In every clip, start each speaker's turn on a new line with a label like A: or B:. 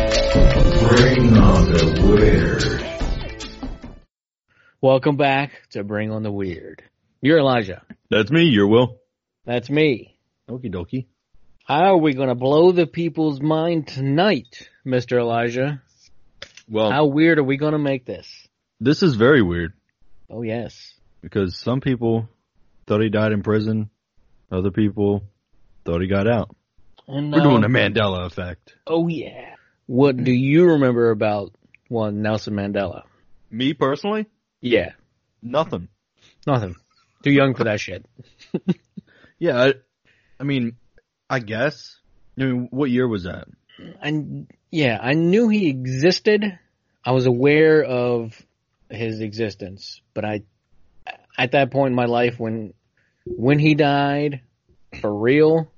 A: Bring on the weird.
B: Welcome back to Bring on the Weird. You're Elijah.
C: That's me, your will.
B: That's me.
C: Okie dokie.
B: How are we going to blow the people's mind tonight, Mr. Elijah?
C: Well,
B: How weird are we going to make this?
C: this is very weird
B: Oh, yes.
C: because some people thought he died in prison. Other people thought he got out.
B: And,
C: We're doing
B: um,
C: a Mandela effect.
B: Oh, yeah. What do you remember about, well, Nelson Mandela?
C: Me personally,
B: Yeah.
C: nothing.
B: Nothing. Too young for that shit.
C: Yeah, I, I mean, I guess. I mean, what year was that?
B: And yeah, I knew he existed. I was aware of his existence, but I, at that point in my life, when when he died, for real,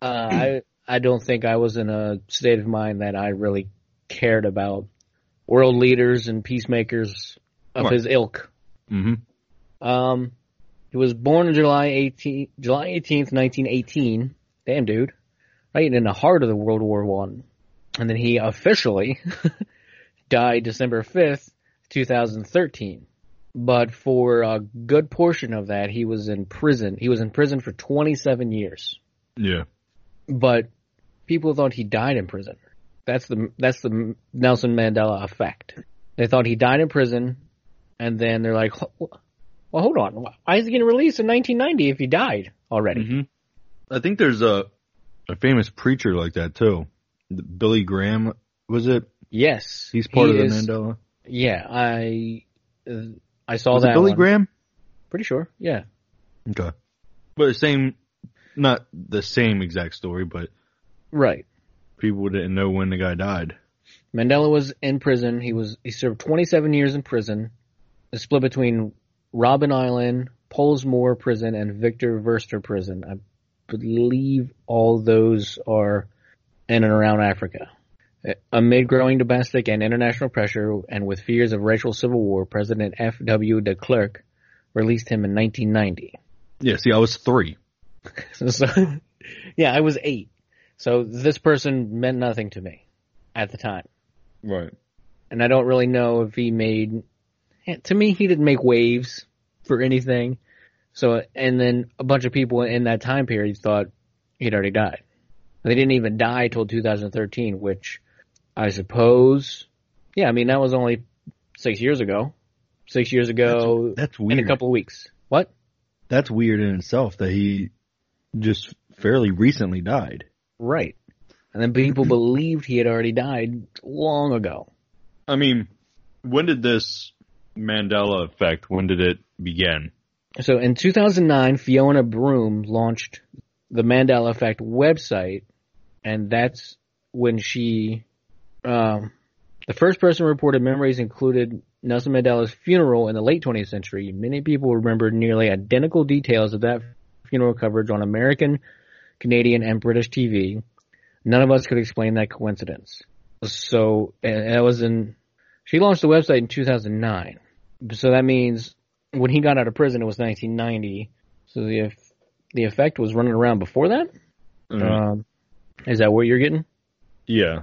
B: uh, I I don't think I was in a state of mind that I really cared about world leaders and peacemakers of
C: Right.
B: his ilk.
C: Mm-hmm.
B: Um, he was born on July 18, July 18th, 1918. Damn, dude. Right in the heart of the World War One. And then he officially died December 5th, 2013. But for a good portion of that, he was in prison. He was in prison for 27 years.
C: Yeah.
B: But people thought he died in prison. That's the that's the Nelson Mandela effect. They thought he died in prison, and then they're like, "Ho- "Well, hold on, why is he getting released in 1990 if he died already?"
C: hmm I think there's a a famous preacher like that too. Billy Graham was it?
B: Yes,
C: He's part
B: he
C: of the
B: is-
C: Mandela.
B: Yeah, I uh, I saw
C: Was
B: that.
C: it Billy
B: one.
C: Graham?
B: Pretty sure. Yeah,
C: Okay. But the same, not the same exact story, but
B: right.
C: people didn't know when the guy died.
B: Mandela was in prison. He was he served 27 years in prison, a split between Robben Island, Polesmoor Prison, and Victor Verster Prison. I believe all those are in and around Africa. Amid growing domestic and international pressure, and with fears of racial civil war, President F. W. de Klerk released him in 1990.
C: Yeah, see, I was three.
B: So, yeah, I was eight, so this person meant nothing to me at the time.
C: Right.
B: and I don't really know if he made. To me, he didn't make waves for anything. So, and then a bunch of people in that time period thought he'd already died. They didn't even die till 2013, which I suppose, yeah, I mean that was only six years ago. Six years ago,
C: That's
B: in
C: weird.
B: a couple of weeks. What?
C: That's weird in itself that he just fairly recently died.
B: Right. And then people believed he had already died long ago.
C: I mean, when did this Mandela effect, when did it begin?
B: So in 2009, Fiona Broom launched the Mandela Effect website, and that's when she, um, the first person reported memories included Nelson Mandela's funeral in the late 20th century. Many people remember nearly identical details of that funeral coverage on American, Canadian, and British TV. None of us could explain that coincidence. So and that was in. She launched the website in 2009. So that means when he got out of prison, it was 1990. So the eff- the effect was running around before that.
C: Mm-hmm. Uh,
B: Um, is that what you're getting?
C: yeah.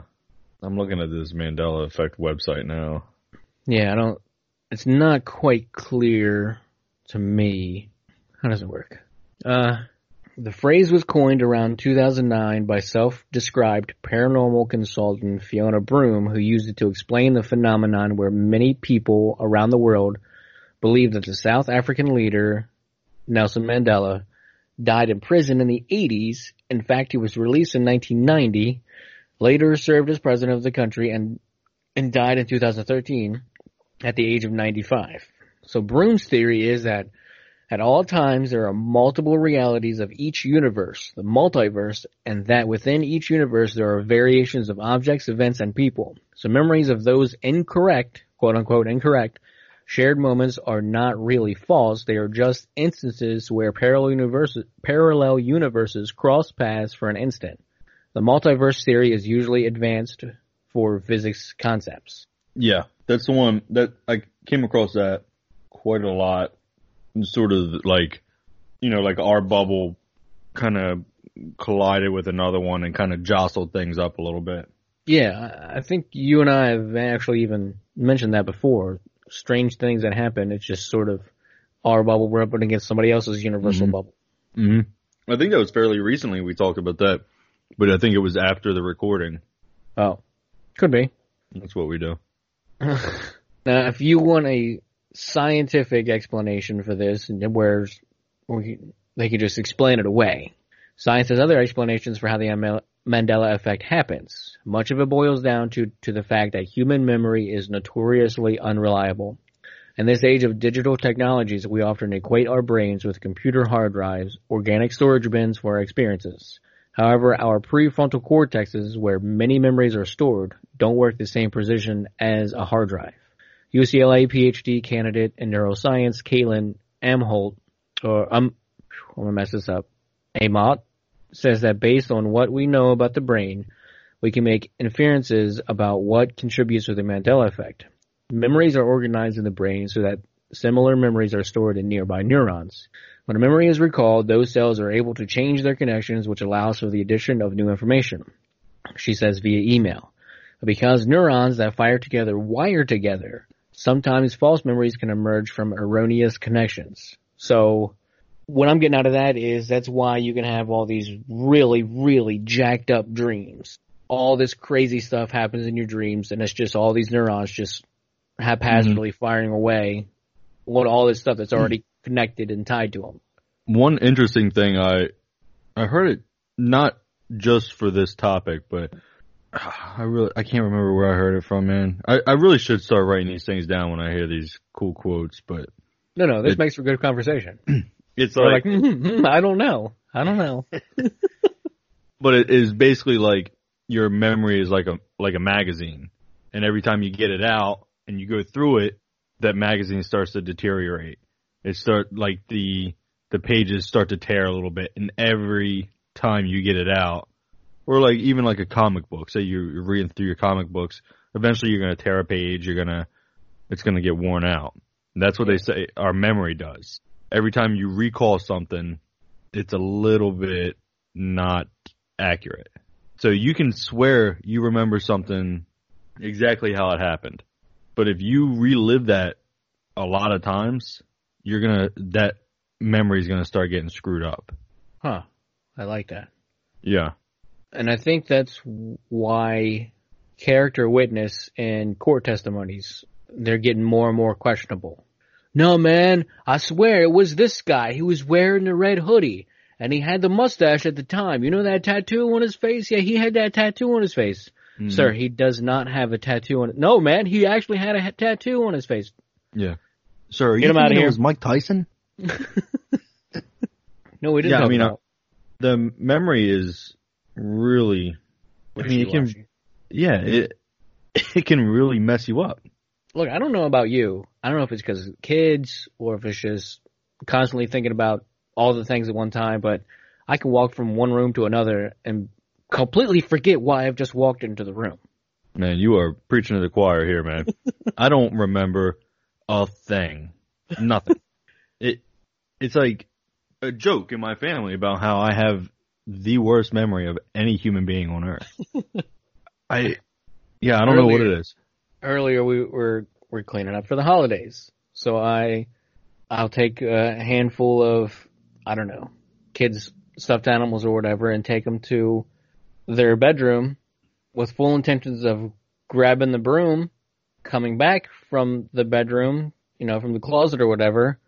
C: I'm looking at this Mandela effect website now.
B: Yeah, I don't. It's not quite clear to me. How does it work? Uh, The phrase was coined around 2009 by self-described paranormal consultant Fiona Broom, who used it to explain the phenomenon where many people around the world believe that the South African leader, Nelson Mandela, died in prison in the 80s. In fact, he was released in 1990, later served as president of the country and, and died in 2013 at the age of 95. So Broom's theory is that at all times, there are multiple realities of each universe, the multiverse, and that within each universe, there are variations of objects, events, and people. So memories of those incorrect, quote unquote incorrect, shared moments are not really false. They are just instances where parallel universes, parallel universes cross paths for an instant. The multiverse theory is usually advanced for physics concepts.
C: Yeah, that's the one that I came across that quite a lot. Sort of like, you know, like our bubble kind of collided with another one and kind of jostled things up a little bit.
B: Yeah, I- I think you and I have actually even mentioned that before. Strange things that happen. It's just sort of our bubble we're up against somebody else's universal
C: Mhm.
B: bubble.
C: hmm I think that was fairly recently we talked about that, but I think it was after the recording.
B: Oh, could be.
C: That's what we do.
B: Now, if you want a scientific explanation for this, and where we, they can just explain it away, science has other explanations for how the Amel- Mandela effect happens. Much of it boils down to, to the fact that human memory is notoriously unreliable. In this age of digital technologies, we often equate our brains with computer hard drives, organic storage bins for our experiences. However, our prefrontal cortexes, where many memories are stored, don't work the same precision as a hard drive. UCLA PhD candidate in neuroscience, Caitlin Amholt, or um, I'm gonna mess this up, Amott, says that based on what we know about the brain, we can make inferences about what contributes to the Mandela effect. Memories are organized in the brain so that similar memories are stored in nearby neurons. When a memory is recalled, those cells are able to change their connections, which allows for the addition of new information. She says via email. Because neurons that fire together wire together, sometimes false memories can emerge from erroneous connections. So, what I'm getting out of that is that's why you can have all these really, really jacked up dreams. All this crazy stuff happens in your dreams, and it's just all these neurons just haphazardly firing away what all this stuff that's already connected and tied to them.
C: One interesting thing I I heard it not just for this topic, but I really I can't remember where I heard it from, man. I, I really should start writing these things down when I hear these cool quotes, but
B: No, no, this
C: It-
B: makes for good conversation.
C: it's
B: We're
C: like
B: like, "Mhm, mhm, I don't know. I don't know.
C: but it is basically like your memory is like a like a magazine, and every time you get it out and you go through it, that magazine starts to deteriorate. It start like the the pages start to tear a little bit, and every time you get it out, or like even like a comic book, say you're reading through your comic books, eventually you're gonna tear a page, you're gonna it's gonna get worn out. And that's what they say our memory does. Every time you recall something, it's a little bit not accurate. So you can swear you remember something exactly how it happened. But if you relive that a lot of times, you're gonna that memory's gonna start getting screwed up.
B: Huh. I like that.
C: Yeah.
B: And I think that's why character witness and court testimonies, they're getting more and more questionable. No, man, I swear it was this guy. He was wearing the red hoodie and he had the mustache at the time. You know that tattoo on his face? Yeah, he had that tattoo on his face.
C: Mm-hmm.
B: Sir, he does not have a tattoo on it. No, man, he actually had a ha- tattoo on his face.
C: Yeah. Sir, are
B: Get him
C: thinking
B: outta
C: it
B: here.
C: was Mike Tyson?
B: No, we didn't.
C: Yeah, I
B: talk
C: mean,
B: about
C: The memory is really I mean, it can
B: wishy-washy.
C: yeah, it it can really mess you up.
B: look, I don't know about you. I don't know if it's because kids or if it's just constantly thinking about all the things at one time, but I can walk from one room to another and completely forget why I've just walked into the room.
C: Man, you are preaching to the choir here, man. I don't remember a thing. Nothing. It it's like a joke in my family about how I have the worst memory of any human being on earth. I yeah, I don't know what it is.
B: Earlier we were we're cleaning up for the holidays, so I I'll take a handful of I don't know kids stuffed animals or whatever and take them to their bedroom with full intentions of grabbing the broom, coming back from the bedroom, you know, from the closet or whatever,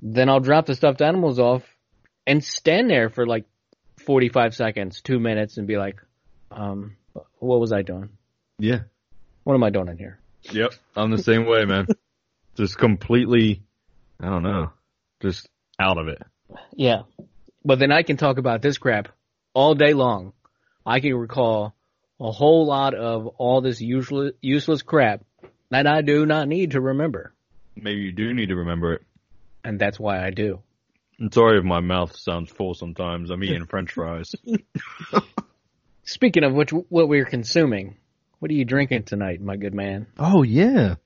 B: then I'll drop the stuffed animals off and stand there for like 45 seconds, two minutes and be like, um, what was I doing?
C: Yeah.
B: What am I doing in here?
C: Yep. I'm the same way, man. Just completely, I don't know, just out of it.
B: Yeah. But then I can talk about this crap all day long. I can recall a whole lot of all this useless, useless crap that I do not need to remember.
C: Maybe you do need to remember it.
B: And that's why I do.
C: I'm sorry if my mouth sounds full sometimes. I'm eating french fries.
B: Speaking of which, what we're consuming, what are you drinking tonight, my good man?
C: Oh, yeah.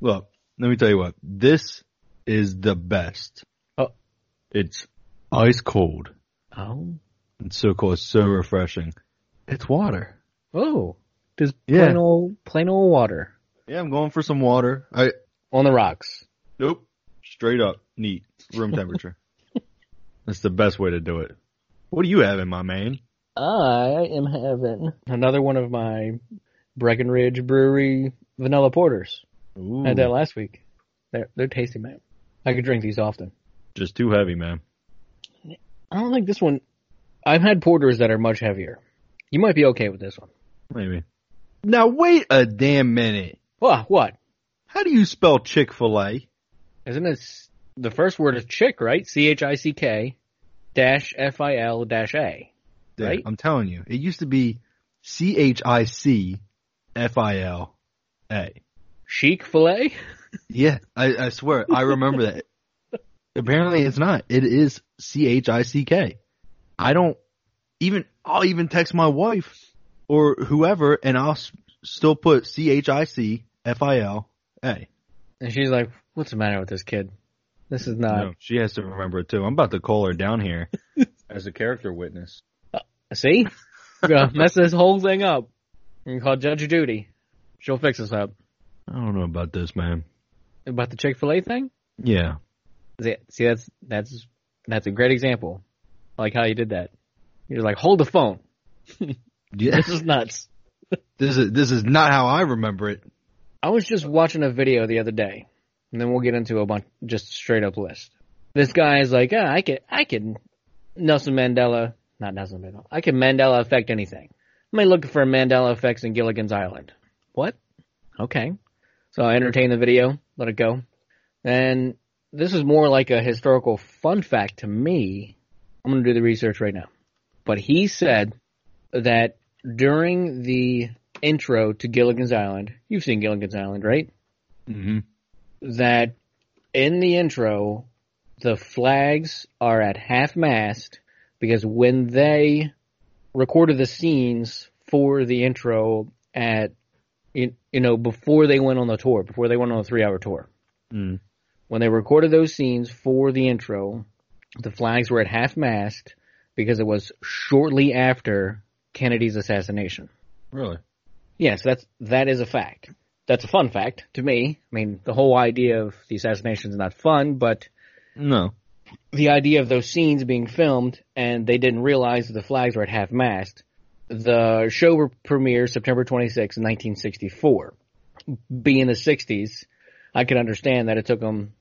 C: Look, let me tell you what. This is the best.
B: Oh.
C: It's ice cold.
B: Oh.
C: It's so cool. It's so refreshing. It's water.
B: Oh. Just
C: Yeah.
B: plain old, plain old water
C: Yeah, I'm going for some water. I
B: on the rocks.
C: nope. Straight up, neat, room temperature. That's the best way to do it. What do you have in my man?
B: I am having another one of my Breckenridge Brewery vanilla porters.
C: Ooh,
B: I had that last week. They're, they're tasty, man. I could drink these often.
C: just too heavy, man.
B: I don't think this one. I've had porters that are much heavier. You might be okay with this one.
C: Maybe. Now wait a damn minute.
B: What? What?
C: How do you spell Chick Fil A?
B: Isn't it s- the first word is chick, right? C H I C K dash F I L dash A. Right?
C: I'm telling you, it used to be C H I C F I L A.
B: Chic filet?
C: Yeah, I, I swear I remember that. Apparently, it's not. It is C H I C K. I don't even. I'll even text my wife or whoever, and I'll s- still put C H I C F I L A.
B: And she's like, "What's the matter with this kid? This is not."
C: she has to remember it too. I'm about to call her down here as a character witness.
B: See, Gonna mess this whole thing up. You can call Judge Judy. She'll fix us up
C: I don't know about this, man.
B: about the Chick Fil A thing.
C: Yeah,
B: See, see, that's that's that's a great example. I like how you did that. You're like, "Hold the phone.
C: yeah.
B: This is nuts."
C: this is this is not how I remember it.
B: I was just watching a video the other day, and then we'll get into a bunch just straight up list. This guy is like, ah, I could, I could Nelson Mandela, not Nelson Mandela, I can Mandela affect anything. I'm mean, looking for Mandela effects in Gilligan's Island. What? Okay. So I entertained the video, let it go, and this is more like a historical fun fact to me. I'm gonna do the research right now, but he said that during the intro to Gilligan's Island, you've seen Gilligan's Island, right?
C: Mm-hmm.
B: That in the intro, the flags are at half mast because when they recorded the scenes for the intro at, you, you know, before they went on the tour, before they went on the three hour tour,
C: Mm.
B: when they recorded those scenes for the intro, the flags were at half mast because it was shortly after Kennedy's assassination.
C: Really?
B: Yes, that's that is a fact. That's a fun fact to me. I mean, the whole idea of the assassination is not fun, but
C: No.
B: the idea of those scenes being filmed and they didn't realize that the flags were at half mast. The show were- premiered September 26, 1964. Being the 60s, I can understand that it took them,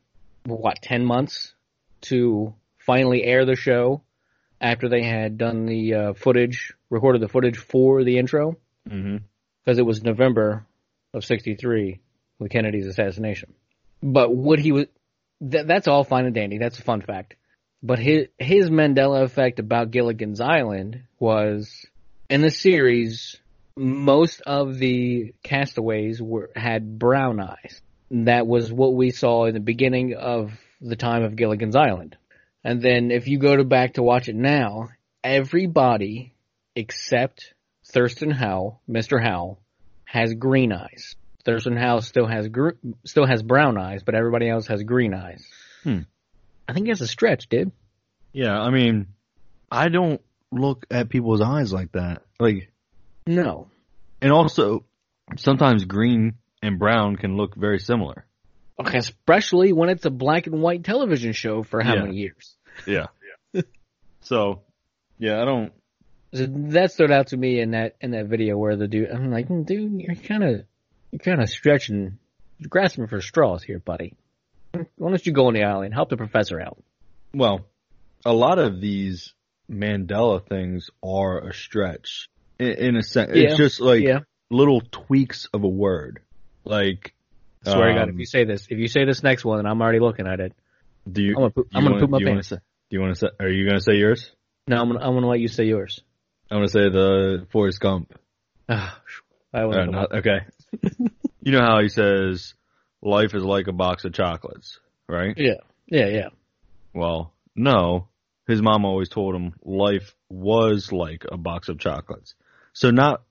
B: what, 10 months to finally air the show after they had done the uh, footage, recorded the footage for the intro
C: Mm-hmm.
B: because it was November of '63 with Kennedy's assassination. But what he was, th- that's all fine and dandy. That's a fun fact. But his his Mandela effect about Gilligan's Island was in the series. Most of the castaways were had brown eyes. That was what we saw in the beginning of the time of Gilligan's Island. And then if you go to back to watch it now, everybody except Thurston Howell, Mr. Howell, has green eyes. Thurston Howell still has gr- still has brown eyes, but everybody else has green eyes.
C: Hmm.
B: I think that's a stretch, dude.
C: Yeah, I mean, I don't look at people's eyes like that. Like,
B: No,
C: and also sometimes green and brown can look very similar.
B: okay, especially when it's a black and white television show for how
C: Yeah.
B: many years?
C: Yeah. so Yeah, I don't.
B: So that stood out to me in that in that video where the dude, I'm like, "Hmm, dude, you're kind of you're kind of stretching, you're grasping for straws here, buddy. Why don't you go on the island, help the professor out?
C: Well, a lot of these Mandela things are a stretch in, in a sense.
B: Yeah,
C: It's just like
B: yeah,
C: little tweaks of a word. Like,
B: I swear to God,
C: um,
B: if you say this, if you say this next one, and I'm already looking at it,
C: do you?
B: I'm gonna poop,
C: do
B: I'm
C: you
B: gonna
C: wanna-
B: poop my
C: do you wanna
B: pants.
C: say- do you want to say? Are you gonna say yours?
B: No, I'm gonna I'm gonna let you say yours.
C: I'm gonna say the Forrest Gump.
B: Ah, I
C: Or
B: was
C: Uh, not- okay. you know how he says life is like a box of chocolates, right?
B: Yeah, yeah, yeah.
C: Well, no. His mom always told him life was like a box of chocolates. So not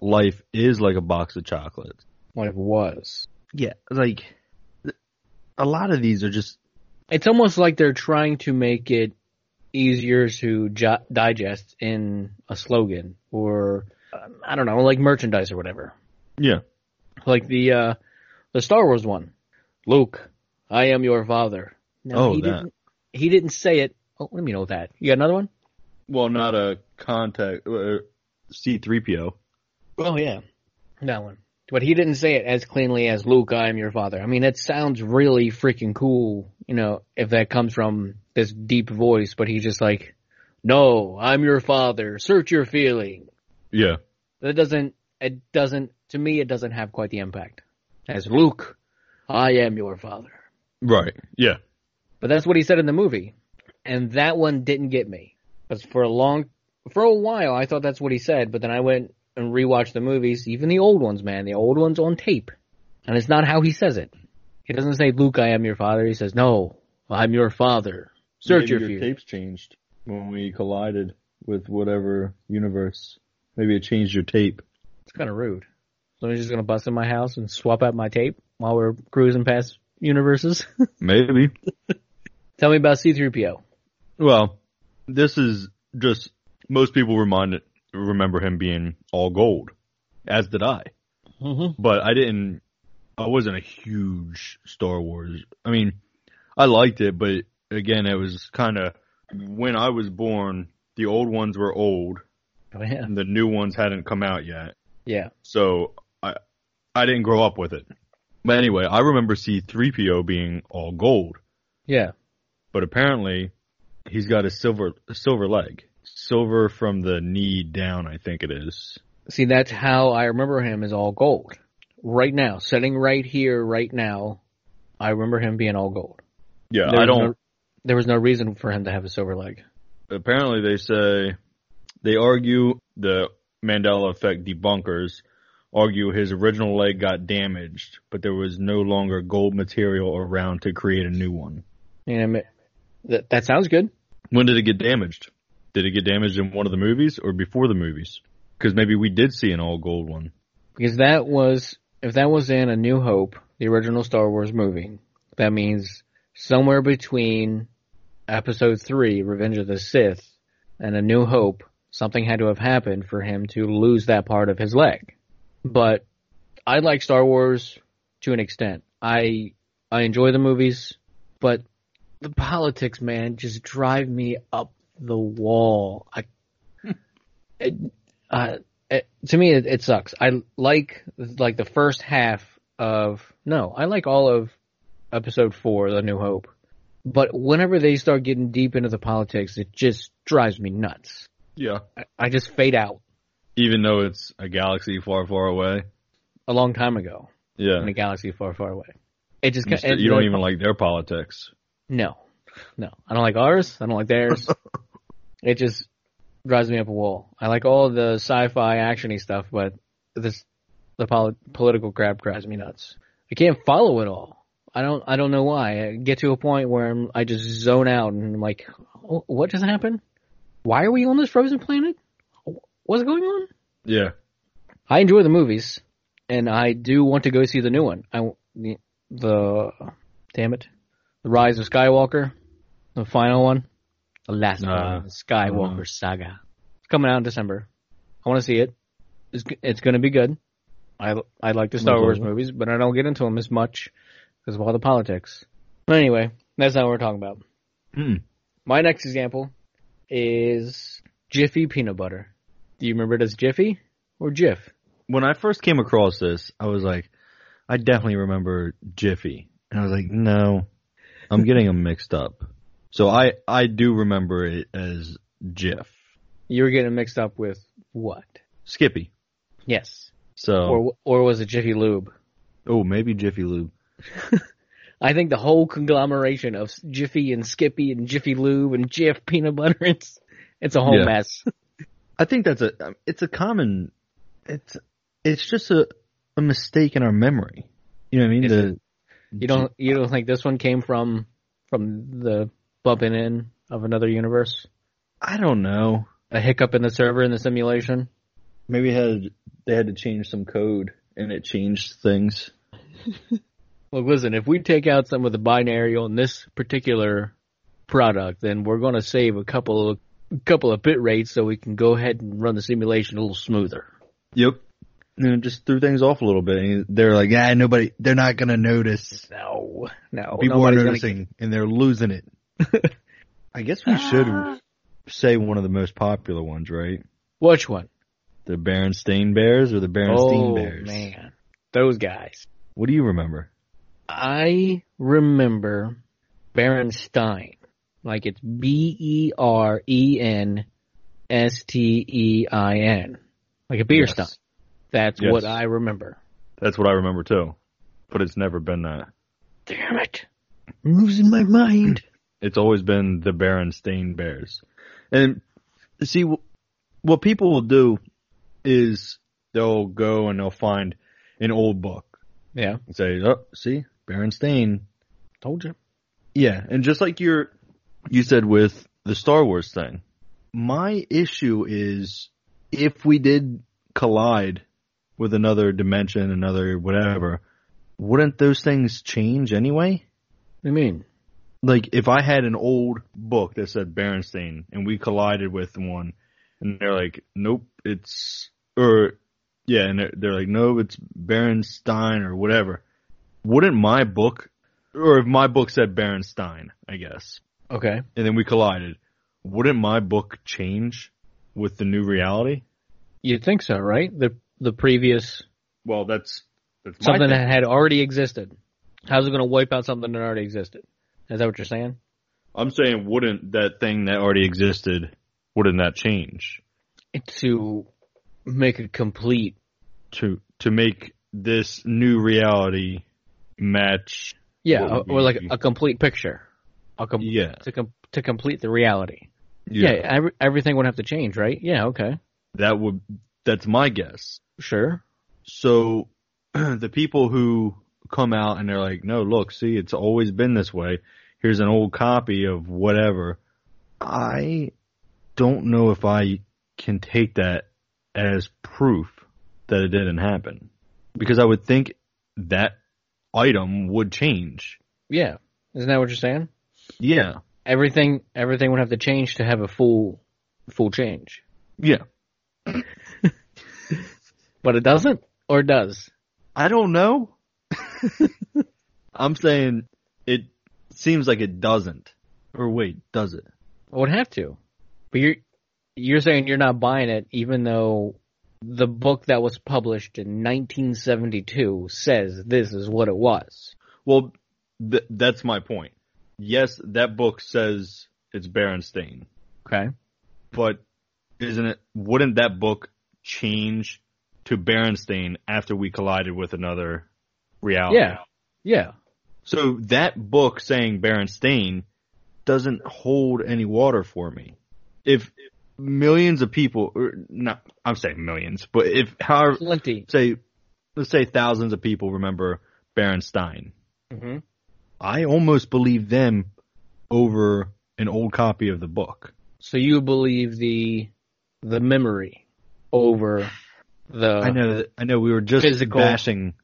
C: life is like a box of chocolates.
B: What it was.
C: Yeah, like th- a lot of these are just
B: It's almost like they're trying to make it easier to jo- digest in a slogan or um, I don't know, like merchandise or whatever.
C: yeah.
B: Like the uh the Star Wars one. Luke, I am your father. No,
C: Oh,
B: he
C: that.
B: didn't he didn't say it. Oh, let me know that. You got another one?
C: Well, not a contact uh, C3PO.
B: Oh yeah. That one. But he didn't say it as cleanly as Luke, I am your father. I mean, that sounds really freaking cool, you know, if that comes from this deep voice, but he's just like, no, I'm your father. Search your feeling.
C: Yeah.
B: That doesn't, it doesn't, to me, it doesn't have quite the impact as Luke, I am your father.
C: Right. Yeah.
B: But that's what he said in the movie. And that one didn't get me. Because for a long, for a while, I thought that's what he said, but then I went and rewatched the movies, even the old ones, man, the old ones on tape. And it's not how he says it. He doesn't say, Luke, I am your father. He says, no, I'm your father. Search your, future.
C: tapes changed when we collided with whatever universe. Maybe it changed your tape.
B: It's kind of rude. So he's just going to bust in my house and swap out my tape while we're cruising past universes.
C: Maybe.
B: Tell me about C-3PO.
C: Well, this is just most people remind remember him being all gold, as did I.
B: Mm-hmm.
C: But I didn't. I wasn't a huge Star Wars. I mean, I liked it, but again, it was kind of when I was born. The old ones were old,
B: Oh, yeah.
C: and the new ones hadn't come out yet.
B: Yeah.
C: So I I didn't grow up with it. But anyway, I remember C3PO being all gold,
B: Yeah.
C: but apparently he's got a silver a silver leg. Silver from the knee down, I think it is.
B: See, that's how I remember him as all gold. Right now, sitting right here, right now, I remember him being all gold.
C: Yeah,
B: There
C: I
B: was
C: don't
B: no- there was no reason for him to have a silver leg.
C: apparently they say they argue the Mandela effect debunkers argue his original leg got damaged, but there was no longer gold material around to create a new one.
B: And it- that that sounds good.
C: When did it get damaged? Did it get damaged in one of the movies or before the movies? Because maybe we did see an all gold one.
B: Because that was, if that was in A New Hope, the original Star Wars movie, that means somewhere between Episode 3, Revenge of the Sith, and A New Hope, something had to have happened for him to lose that part of his leg. But I like Star Wars to an extent. I, I enjoy the movies, but the politics, man, just drive me up the wall. I, it, uh, it, to me it, it sucks. I like like the first half of no, I like all of episode 4 The New Hope. But whenever they start getting deep into the politics, it just drives me nuts.
C: Yeah.
B: I, I just fade out
C: Even though it's a galaxy far, far away.
B: a long time ago
C: Yeah.
B: in a galaxy far far away. It just
C: You,
B: ca-
C: st-
B: it-
C: you don't even like their politics.
B: No. No. I don't like ours. I don't like theirs. it just drives me up a wall. I like all the sci-fi actiony stuff, but this the poli- political crap drives me nuts. I can't follow it all. I don't I don't know why. I get to a point where I'm, I just zone out and I'm like, "Wh- what just happened? Why are we on this frozen planet? Wh- What's going on?
C: Yeah.
B: I enjoy the movies, and I do want to go see the new one. I w- the, the damn it, the Rise of Skywalker, the final one, the last
C: Nah,
B: one, the Skywalker saga. It's coming out in December. I want to see it. It's g- it's going to be good. I I like the Star
C: Mhm.
B: Wars movies, but I don't get into them as much because of all the politics. But anyway, that's not what we're talking about.
C: Hmm.
B: My next example is Jiffy peanut butter. Do you remember it as Jiffy or Jiff?
C: When I first came across this, I was like, I definitely remember Jiffy. And I was like, no, I'm getting them mixed up. So I, I do remember it as Jiff.
B: You were getting mixed up with what?
C: Skippy.
B: Yes.
C: So,
B: Or or was it Jiffy Lube?
C: oh, maybe Jiffy Lube.
B: I think the whole conglomeration of Jiffy and Skippy and Jiffy Lube and Jiff peanut butter it's it's a whole
C: Yeah.
B: mess.
C: I think that's a, um, it's a common, it's, it's just a, a mistake in our memory. You know what I mean?
B: Is
C: the,
B: You don't you don't think this one came from from the bumping in of another universe?
C: I don't know.
B: A hiccup in the server in the simulation?
C: Maybe it had they had to change some code and it changed things.
B: Look, listen, if we take out some of the binary on this particular product, then we're going to save a couple of couple of bit rates so we can go ahead and run the simulation a little smoother.
C: Yep. And it just threw things off a little bit. And They're like, ah, nobody, they're not gonna notice.
B: No, no,
C: People are
B: nobody's gonna-
C: noticing, and they're losing it. I guess we should
B: Ah.
C: say one of the most popular ones, right?
B: Which one?
C: The Berenstain Bears or the Berenstain
B: Oh
C: Bears?
B: man, those guys.
C: What do you remember?
B: I remember Berenstein. Like it's B E R E N S T E I N. Like a beer
C: Yes.
B: stein. That's
C: Yes.
B: what I remember.
C: That's what I remember too. But it's never been that.
B: Damn it. I'm losing my mind.
C: it's always been the Berenstain Bears. And see, wh- what people will do is they'll go and they'll find an old book
B: Yeah.
C: and say, "Oh, see, Berenstain."
B: Told you.
C: Yeah, and just like you're, you said with the Star Wars thing, my issue is if we did collide with another dimension, another whatever, wouldn't those things change anyway?
B: What do you mean?
C: like if I had an old book that said Berenstain and we collided with one, and they're like, nope, it's or yeah, and they're, they're like, no, it's Berenstein or whatever. Wouldn't my book, or if my book said Berenstein, I guess,
B: Okay.
C: and then we collided, wouldn't my book change with the new reality?
B: You'd think so, right? The the previous
C: Well, that's that's my thing.
B: something that had already existed. How's it going to wipe out something that already existed? Is that what you're saying?
C: I'm saying, wouldn't that thing that already existed, wouldn't that change?
B: To make it complete
C: to to make this new reality match.
B: Yeah,
C: what
B: or,
C: would
B: or like
C: be-
B: a complete picture. A com-
C: Yeah.
B: To com- to complete the reality. Yeah, every- everything would have to change, right? Yeah, okay.
C: that would that's my guess.
B: Sure.
C: So the people who come out and they're like, "No, look, see, it's always been this way. Here's an old copy of whatever." I don't know if I can take that as proof that it didn't happen because I would think that item would change.
B: Yeah. Isn't that what you're saying?
C: Yeah.
B: Everything everything would have to change to have a full full change.
C: Yeah.
B: But it doesn't or it does.
C: I don't know. I'm saying it seems like it doesn't. Or wait, does it?
B: It would have to. But you're you're saying you're not buying it even though the book that was published in 1972 says this is what it was.
C: Well, th- that's my point. Yes, that book says it's Berenstain,
B: Okay.
C: but isn't it? Wouldn't that book change to Berenstain after we collided with another reality?
B: Yeah. Yeah.
C: So that book saying Berenstain doesn't hold any water for me. If millions of people, or not, I'm saying millions, but if however,
B: Plenty.
C: say, let's say thousands of people remember Berenstein,
B: Mhm.
C: Mm-hmm. I almost believe them over an old copy of the book.
B: So you believe the the memory over the
C: I know, that- I know. We were just
B: Physical.
C: bashing.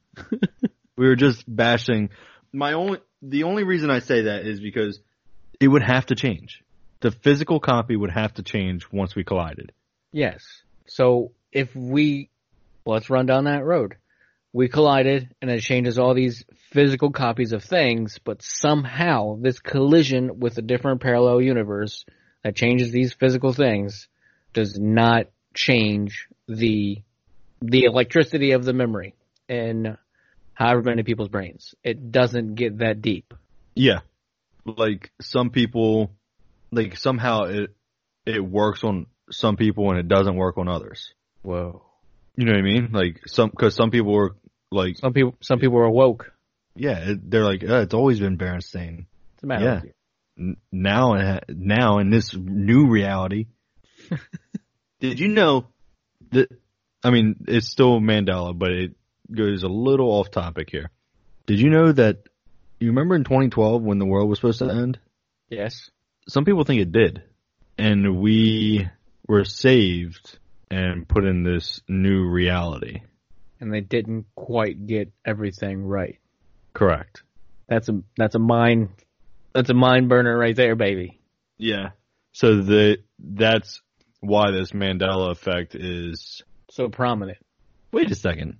C: we were just bashing. My only, the only reason I say that is because it would have to change. The physical copy would have to change once we collided.
B: Yes. So if we let's run down that road. We collided and it changes all these physical copies of things, but somehow this collision with a different parallel universe that changes these physical things does not change the the electricity of the memory in however many people's brains. It doesn't get that deep.
C: Yeah. Like some people, like somehow it it works on some people and it doesn't work on others.
B: Whoa.
C: You know what I mean? Like some because some people were like,
B: Some people some people are woke.
C: yeah, it, they're like, uh, it's always been Berenstain.
B: It's a matter
C: Yeah.
B: of you.
C: N- Now, it ha- now in this new reality, did you know that? I mean, it's still Mandela, but it goes a little off topic here. Did you know that? You remember in 2012 when the world was supposed to end?
B: Yes.
C: some people think it did. And we were saved and put in this new reality.
B: And they didn't quite get everything right.
C: Correct.
B: That's a that's a mind that's a mind burner right there, baby.
C: Yeah. So the that's why this Mandela effect is
B: So prominent.
C: Wait a second.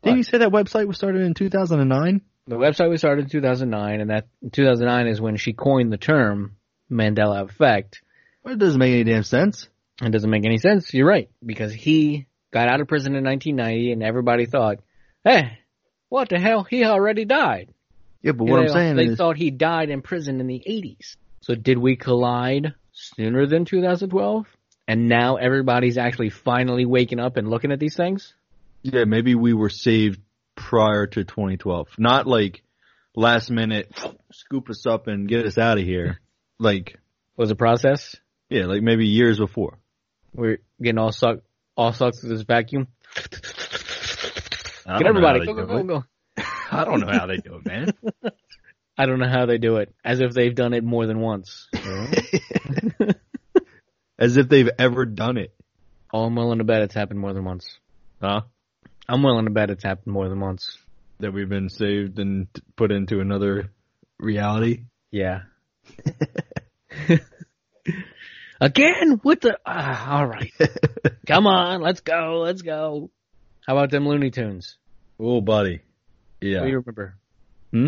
B: What?
C: Didn't you say that website was started in 2009?
B: The website was started in 2009, and that 2009 is when she coined the term Mandela effect.
C: Well, it doesn't make any damn sense.
B: It doesn't make any sense. You're right because he got out of prison in 1990, and everybody thought, "Hey, what the hell? He already died."
C: Yeah, but what
B: they,
C: I'm saying
B: they
C: is
B: thought he died in prison in the 80s. So did we collide sooner than 2012? And now everybody's actually finally waking up and looking at these things.
C: Yeah, maybe we were saved prior to 2012. Not like last minute scoop us up and get us out of here. Like
B: It was a process.
C: yeah, like maybe years before.
B: We're getting all sucked, all sucked through this vacuum.
C: I
B: Get
C: don't know how
B: everybody,
C: they
B: go, go,
C: do
B: go,
C: it.
B: go.
C: I don't know how they do it, man.
B: I don't know how they do it, as if they've done it more than once.
C: As if they've ever done it.
B: oh, I'm willing to bet it's happened more than once.
C: Huh?
B: I'm willing to bet it's happened more than once.
C: That we've been saved and t- put into another reality.
B: Yeah. Again with the ah, all right. Come on, let's go, let's go. How about them Looney Tunes?
C: Oh, buddy. Yeah.
B: What do you remember?
C: Hmm?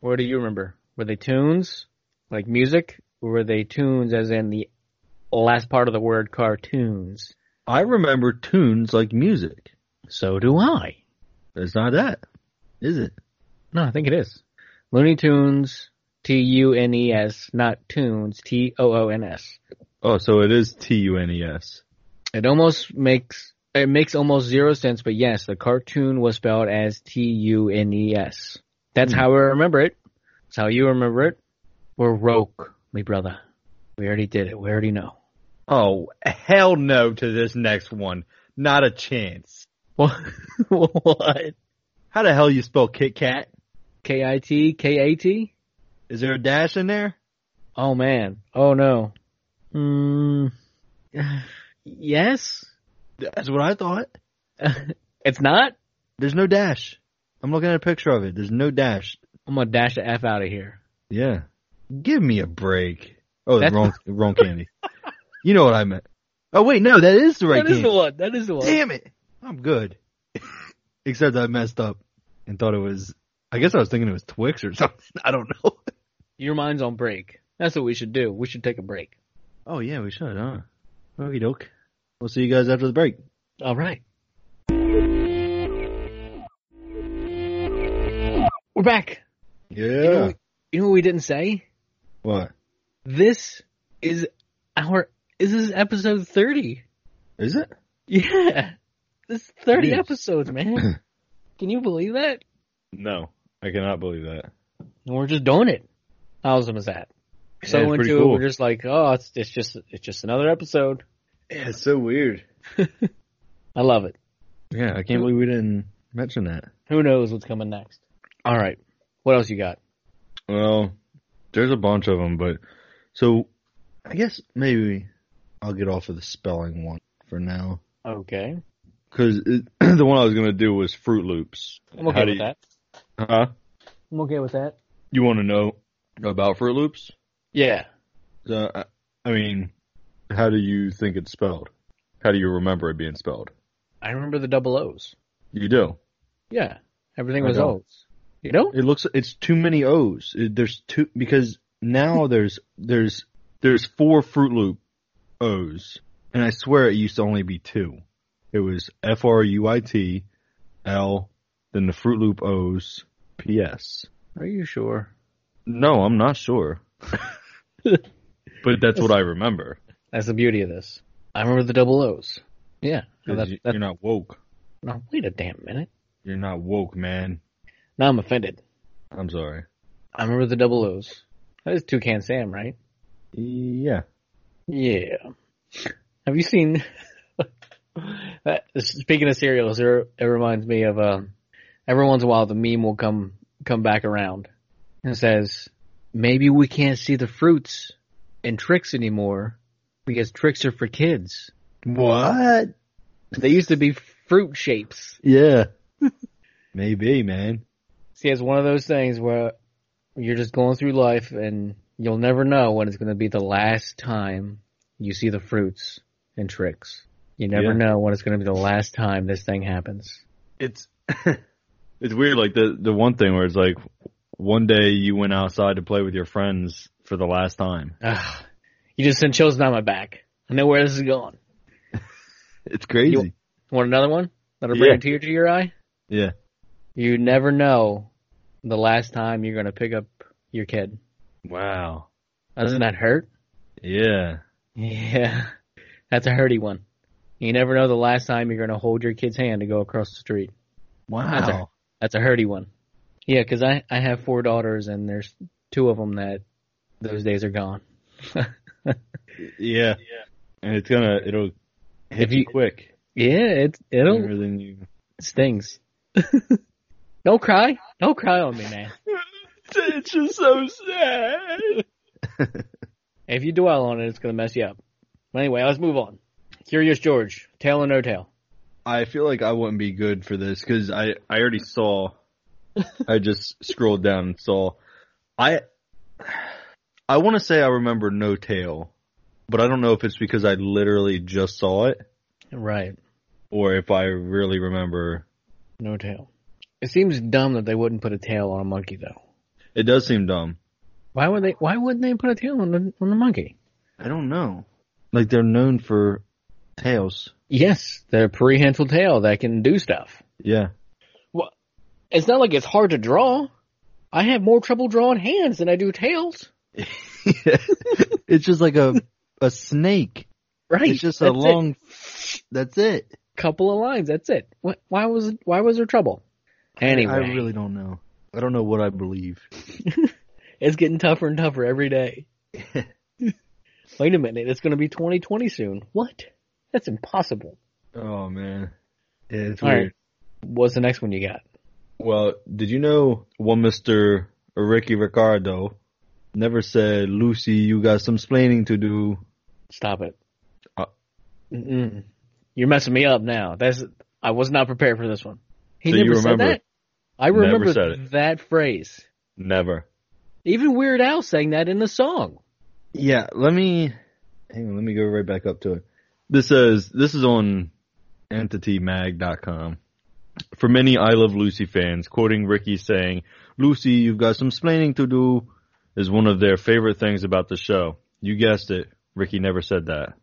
B: What do you remember? Were they tunes like music, or were they tunes as in the last part of the word cartoons?
C: I remember tunes like music.
B: So do I.
C: It's not that, is it?
B: No, I think it is. Looney Tunes, T U N E S, not tunes, T O O N S.
C: Oh, so it is T U N E S.
B: It almost makes it makes almost zero sense, but yes, the cartoon was spelled as T U N E S. That's how I remember it. That's how you remember it. We're roke, me brother. We already did it. We already know.
C: Oh, hell no to this next one. Not a chance.
B: What? what?
C: How the hell you spell Kit Kat?
B: K I T K A T?
C: Is there a dash in there?
B: Oh man. Oh no. Hmm. yes.
C: That's what I thought.
B: it's not.
C: There's no dash. I'm looking at a picture of it. There's no dash.
B: I'm gonna dash the F out of here.
C: Yeah. Give me a break. Oh,
B: That's-
C: wrong, wrong candy. You know what I meant. Oh wait, no, that is the right
B: That is
C: candy.
B: the one. That is the one.
C: Damn it, I'm good. Except I messed up and thought it was. I guess I was thinking it was Twix or something. I don't know.
B: Your mind's on break. That's what we should do. We should take a break.
C: Oh yeah, we should, huh? Okie doke. We'll see you guys after the break.
B: All right. We're back.
C: Yeah.
B: You, know, you know what we didn't say?
C: what?
B: This is our. This is episode thirty.
C: Is it?
B: Yeah. This is thirty
C: Yes.
B: episodes, man. Can you believe that?
C: No, I cannot believe that.
B: And we're just doing it. How awesome is that? so
C: it's
B: into
C: pretty
B: it,
C: cool.
B: we're just like, oh, it's, it's just it's just another episode.
C: Yeah, it's so weird.
B: I love it.
C: Yeah, I can't believe we didn't mention that.
B: Who knows what's coming next? All right. What else you got?
C: Well, there's a bunch of them, but so I guess maybe I'll get off of the spelling one for now
B: Okay.
C: because the one I was gonna do was Fruit Loops.
B: I'm okay
C: How do
B: with
C: you-
B: that.
C: Huh?
B: I'm okay with that.
C: You want to know about Fruit Loops?
B: Yeah.
C: So, Uh, I- I mean, how do you think it's spelled? How do you remember it being spelled?
B: I remember the double O's.
C: You do.
B: Yeah. Everything
C: I
B: was
C: don't.
B: O's. You know?
C: It looks it's too many O's. It- there's two because now there's there's there's four Fruit Loop O's. and I swear it used to only be two. It was F R U I T L, then the Fruit Loop O's, P S.
B: Are you sure?
C: No, I'm not sure, but that's what I remember.
B: That's the beauty of this. I remember the double O's. Yeah. No,
C: 'Cause
B: that,
C: you-
B: that,
C: you're not woke.
B: no, wait a damn minute.
C: You're not woke, man.
B: Now I'm offended.
C: I'm sorry.
B: I remember the double O's. That is Toucan Sam, right?
C: Yeah.
B: Yeah. Have you seen? that, speaking of cereals, it it reminds me of um, every once in a while the meme will come come back around and says, "Maybe we can't see the fruits in tricks anymore because tricks are for kids."
C: What?
B: They used to be fruit shapes.
C: Yeah. Maybe, man.
B: See, it's one of those things where you're just going through life and you'll never know when it's going to be the last time you see the fruits and tricks. You never
C: Yeah.
B: know when it's going to be the last time this thing happens.
C: It's it's weird, like the the one thing where it's like one day you went outside to play with your friends for the last time.
B: Ugh. You just sent chills down my back. I know where this is going.
C: It's crazy.
B: Want another one? That'll bring
C: Yeah.
B: a tear to your eye?
C: yeah.
B: You never know the last time you're going to pick up your kid.
C: Wow.
B: Doesn't that hurt?
C: Yeah.
B: Yeah. That's a hurty one. You never know the last time you're going to hold your kid's hand to go across the street. That's a,
C: Wow.
B: that's a hurdy one. Yeah, 'cause I I have four daughters and there's two of them that those days are gone.
C: Yeah. And it's gonna it'll hit
B: If
C: you
B: you-
C: quick.
B: yeah, it it'll
C: Sooner than you.
B: it stings. don't cry, don't cry on me, man.
C: It's just so sad.
B: If you dwell on it, it's gonna mess you up. But anyway, let's move on. Curious George, tail or no tail?
C: I feel like I wouldn't be good for this because I I already saw. I just scrolled down and saw. I I want to say I remember No Tail, but I don't know if it's because I literally just saw it
B: Right,
C: or if I really remember.
B: no tail. It seems dumb that they wouldn't put a tail on a monkey though.
C: It does seem dumb.
B: Why would they? Why wouldn't they put a tail on the on the monkey?
C: I don't know. Like they're known for tails.
B: Yes, they're a prehensile tail that can do stuff.
C: Yeah.
B: it's not like it's hard to draw. I have more trouble drawing hands than I do tails.
C: it's just like a a snake.
B: Right. That's it.
C: That's it.
B: couple of lines. That's it. What, why was why was there trouble? Anyway,
C: I really don't know. I don't know what I believe.
B: it's getting tougher and tougher every day. Wait a minute, it's going to be 2020 soon. What? That's impossible.
C: Oh man, yeah, it's
B: All
C: weird.
B: What's the next one you got?
C: Well, did you know one Mister Ricky Ricardo never said, "Lucy, you got some splaining to do."
B: Stop it.
C: Uh.
B: Mm-mm. You're messing me up now. That's I was not prepared for this one. He
C: So you
B: never said
C: remember
B: that.
C: it.
B: I
C: Never
B: remember
C: said it.
B: that phrase.
C: Never.
B: Even Weird Al sang that in the song.
C: Yeah, let me hang on. Let me go right back up to it. This says this is on entitymag.com. For many I Love Lucy fans, quoting Ricky saying, "Lucy, you've got some splaining to do," is one of their favorite things about the show. You guessed it. Ricky never said that.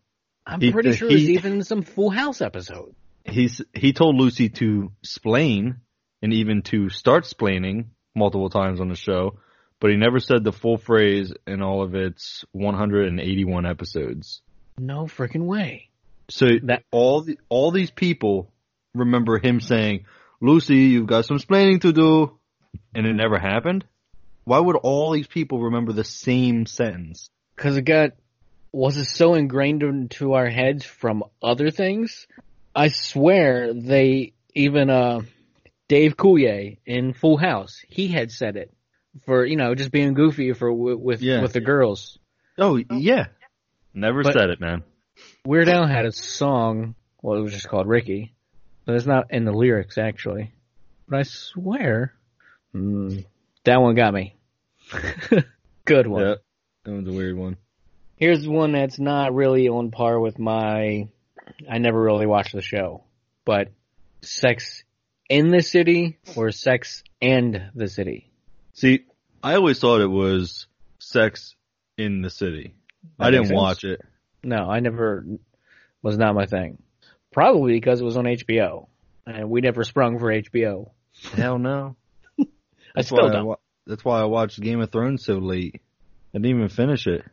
B: I'm
C: He-
B: pretty
C: the-
B: sure it's
C: he-
B: even in some Full House episode.
C: he's he told Lucy to splain and even to start splaining multiple times on the show, but he never said the full phrase in all of its 181 episodes.
B: No freaking way.
C: So
B: That-
C: all the, all these people remember him saying, "Lucy, you've got some splaining to do," and it never happened. Why would all these people remember the same sentence?
B: Because it got was it so ingrained into our heads from other things? I swear they even uh Dave Coulier in Full House he had said it for you know just being goofy for wi- with
C: Yeah.
B: with the girls.
C: Oh yeah, never
B: But-
C: said it, man.
B: Weird Al had a song. Well, it was just called Ricky, but it's not in the lyrics actually. But I swear, mm, that one got me. Good one.
C: Yeah, that was a weird one.
B: Here's one that's not really on par with my. I never really watched the show, but Sex in the City or Sex and the City.
C: See, I always thought it was Sex in the City.
B: That
C: I didn't
B: makes sense.
C: watch it.
B: No, I never. was not my thing. Probably because it was on HBO, and we never sprung for HBO.
C: Hell no.
B: I
C: That's
B: still
C: why
B: don't.
C: wa- that's why I watched Game of Thrones so late. I didn't even finish it.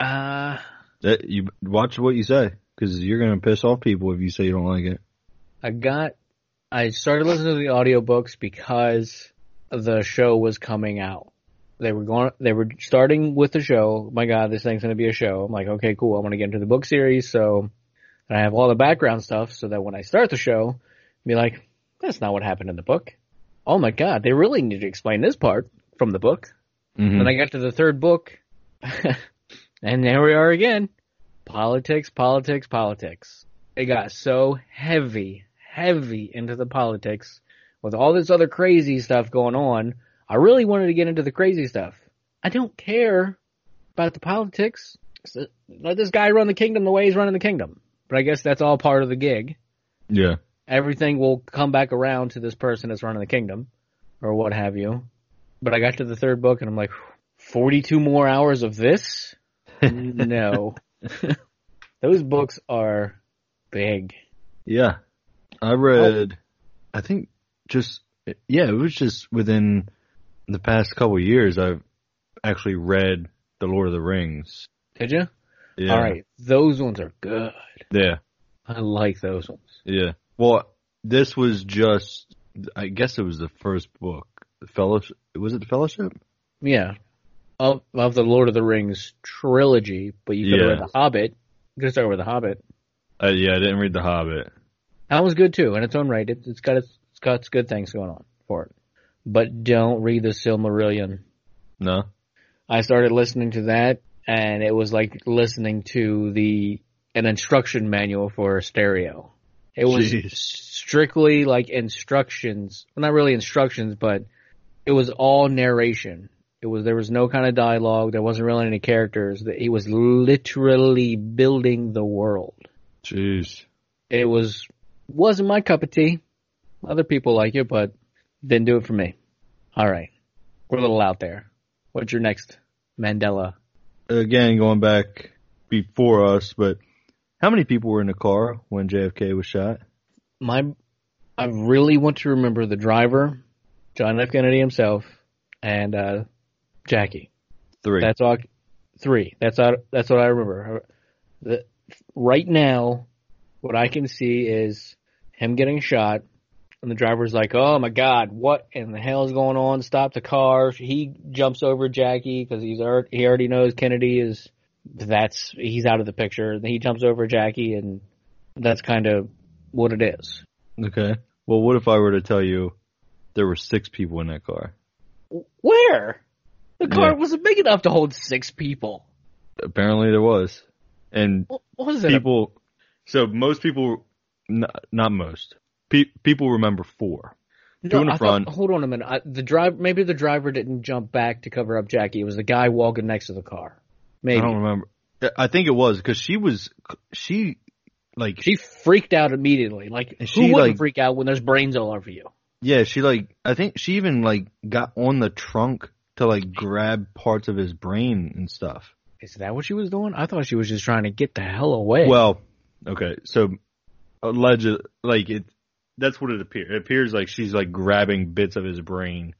B: Uh,
C: That, you watch what you say, because you're gonna piss off people if you say you don't like it.
B: I got I started listening to the audiobooks because the show was coming out. They were going they were starting with the show. My god, this thing's going to be a show. I'm like, okay, cool. I want to get into the book series, so and I have all the background stuff so that when I start the show, be like, that's not what happened in the book. Oh my god, they really need to explain this part from the book.
C: Mm-hmm.
B: Then I got to the third book, and there we are again. Politics, politics, politics. It got so heavy, heavy into the politics with all this other crazy stuff going on. I really wanted to get into the crazy stuff. I don't care about the politics. So Let this guy run the kingdom the way he's running the kingdom. But I guess that's all part of the gig
C: yeah.
B: everything will come back around to this person that's running the kingdom or what have you. But I got to the third book and I'm like, 42 more hours of this? no. Those books are big.
C: Yeah. I read, I think just, yeah, it was just within the past couple of years I've actually read The Lord of the Rings.
B: Did you?
C: Yeah.
B: All right. Those ones are good.
C: Yeah.
B: I like those ones.
C: Yeah. Well, this was just, I guess it was the first book. The Fellowship, was it the Fellowship?
B: Yeah. Of, of the Lord of the Rings trilogy, but you could
C: Yeah.
B: have read The Hobbit. You could have started with The Hobbit.
C: Uh, yeah, I didn't read The Hobbit.
B: That one's good too, in its own right. It, it's got its, it's got its good things going on for it. But don't read the Silmarillion.
C: No?
B: I started listening to that, and it was like listening to the an instruction manual for stereo. It was
C: Jeez.
B: strictly like instructions, well, not really instructions, but it was all narration. It was there was no kind of dialogue. There wasn't really any characters. That he was literally building the world
C: Jeez.
B: it was wasn't my cup of tea. Other people like it, but didn't do it for me. All right, we're a little out there. What's your next Mandela?
C: Again, going back before us, but how many people were in the car when JFK was shot?
B: My, I really want to remember the driver, John F. Kennedy himself, and uh, Jackie.
C: Three.
B: That's all. Three. That's all, That's what I remember. The, right now, what I can see is him getting shot, and the driver's like, "Oh my God, what in the hell is going on? Stop the car!" He jumps over Jackie because he's alre- he already knows Kennedy is that's he's out of the picture. He jumps over Jackie, and that's kind of what it is.
C: Okay. Well, what if I were to tell you there were six people in that car?
B: Where the car
C: Yeah.
B: wasn't big enough to hold six people.
C: Apparently there was. And
B: What what was it?
C: people, so most people, not, not most, pe- people remember four. two in the
B: I
C: front.
B: Thought, hold on a minute. I, the drive maybe the driver didn't jump back to cover up Jackie. It was the guy walking next to the car. Maybe
C: I don't remember. I think it was because she was, she, like,
B: she freaked out immediately. Like who
C: And she,
B: wouldn't
C: like-
B: freak out when there's brains all over you?
C: yeah, she like, I think she even like got on the trunk to like grab parts of his brain and stuff.
B: Is that what she was doing? I thought she was just trying to get the hell away.
C: Well, okay, so alleged like it. That's what it appears. It appears like she's like grabbing bits of his brain.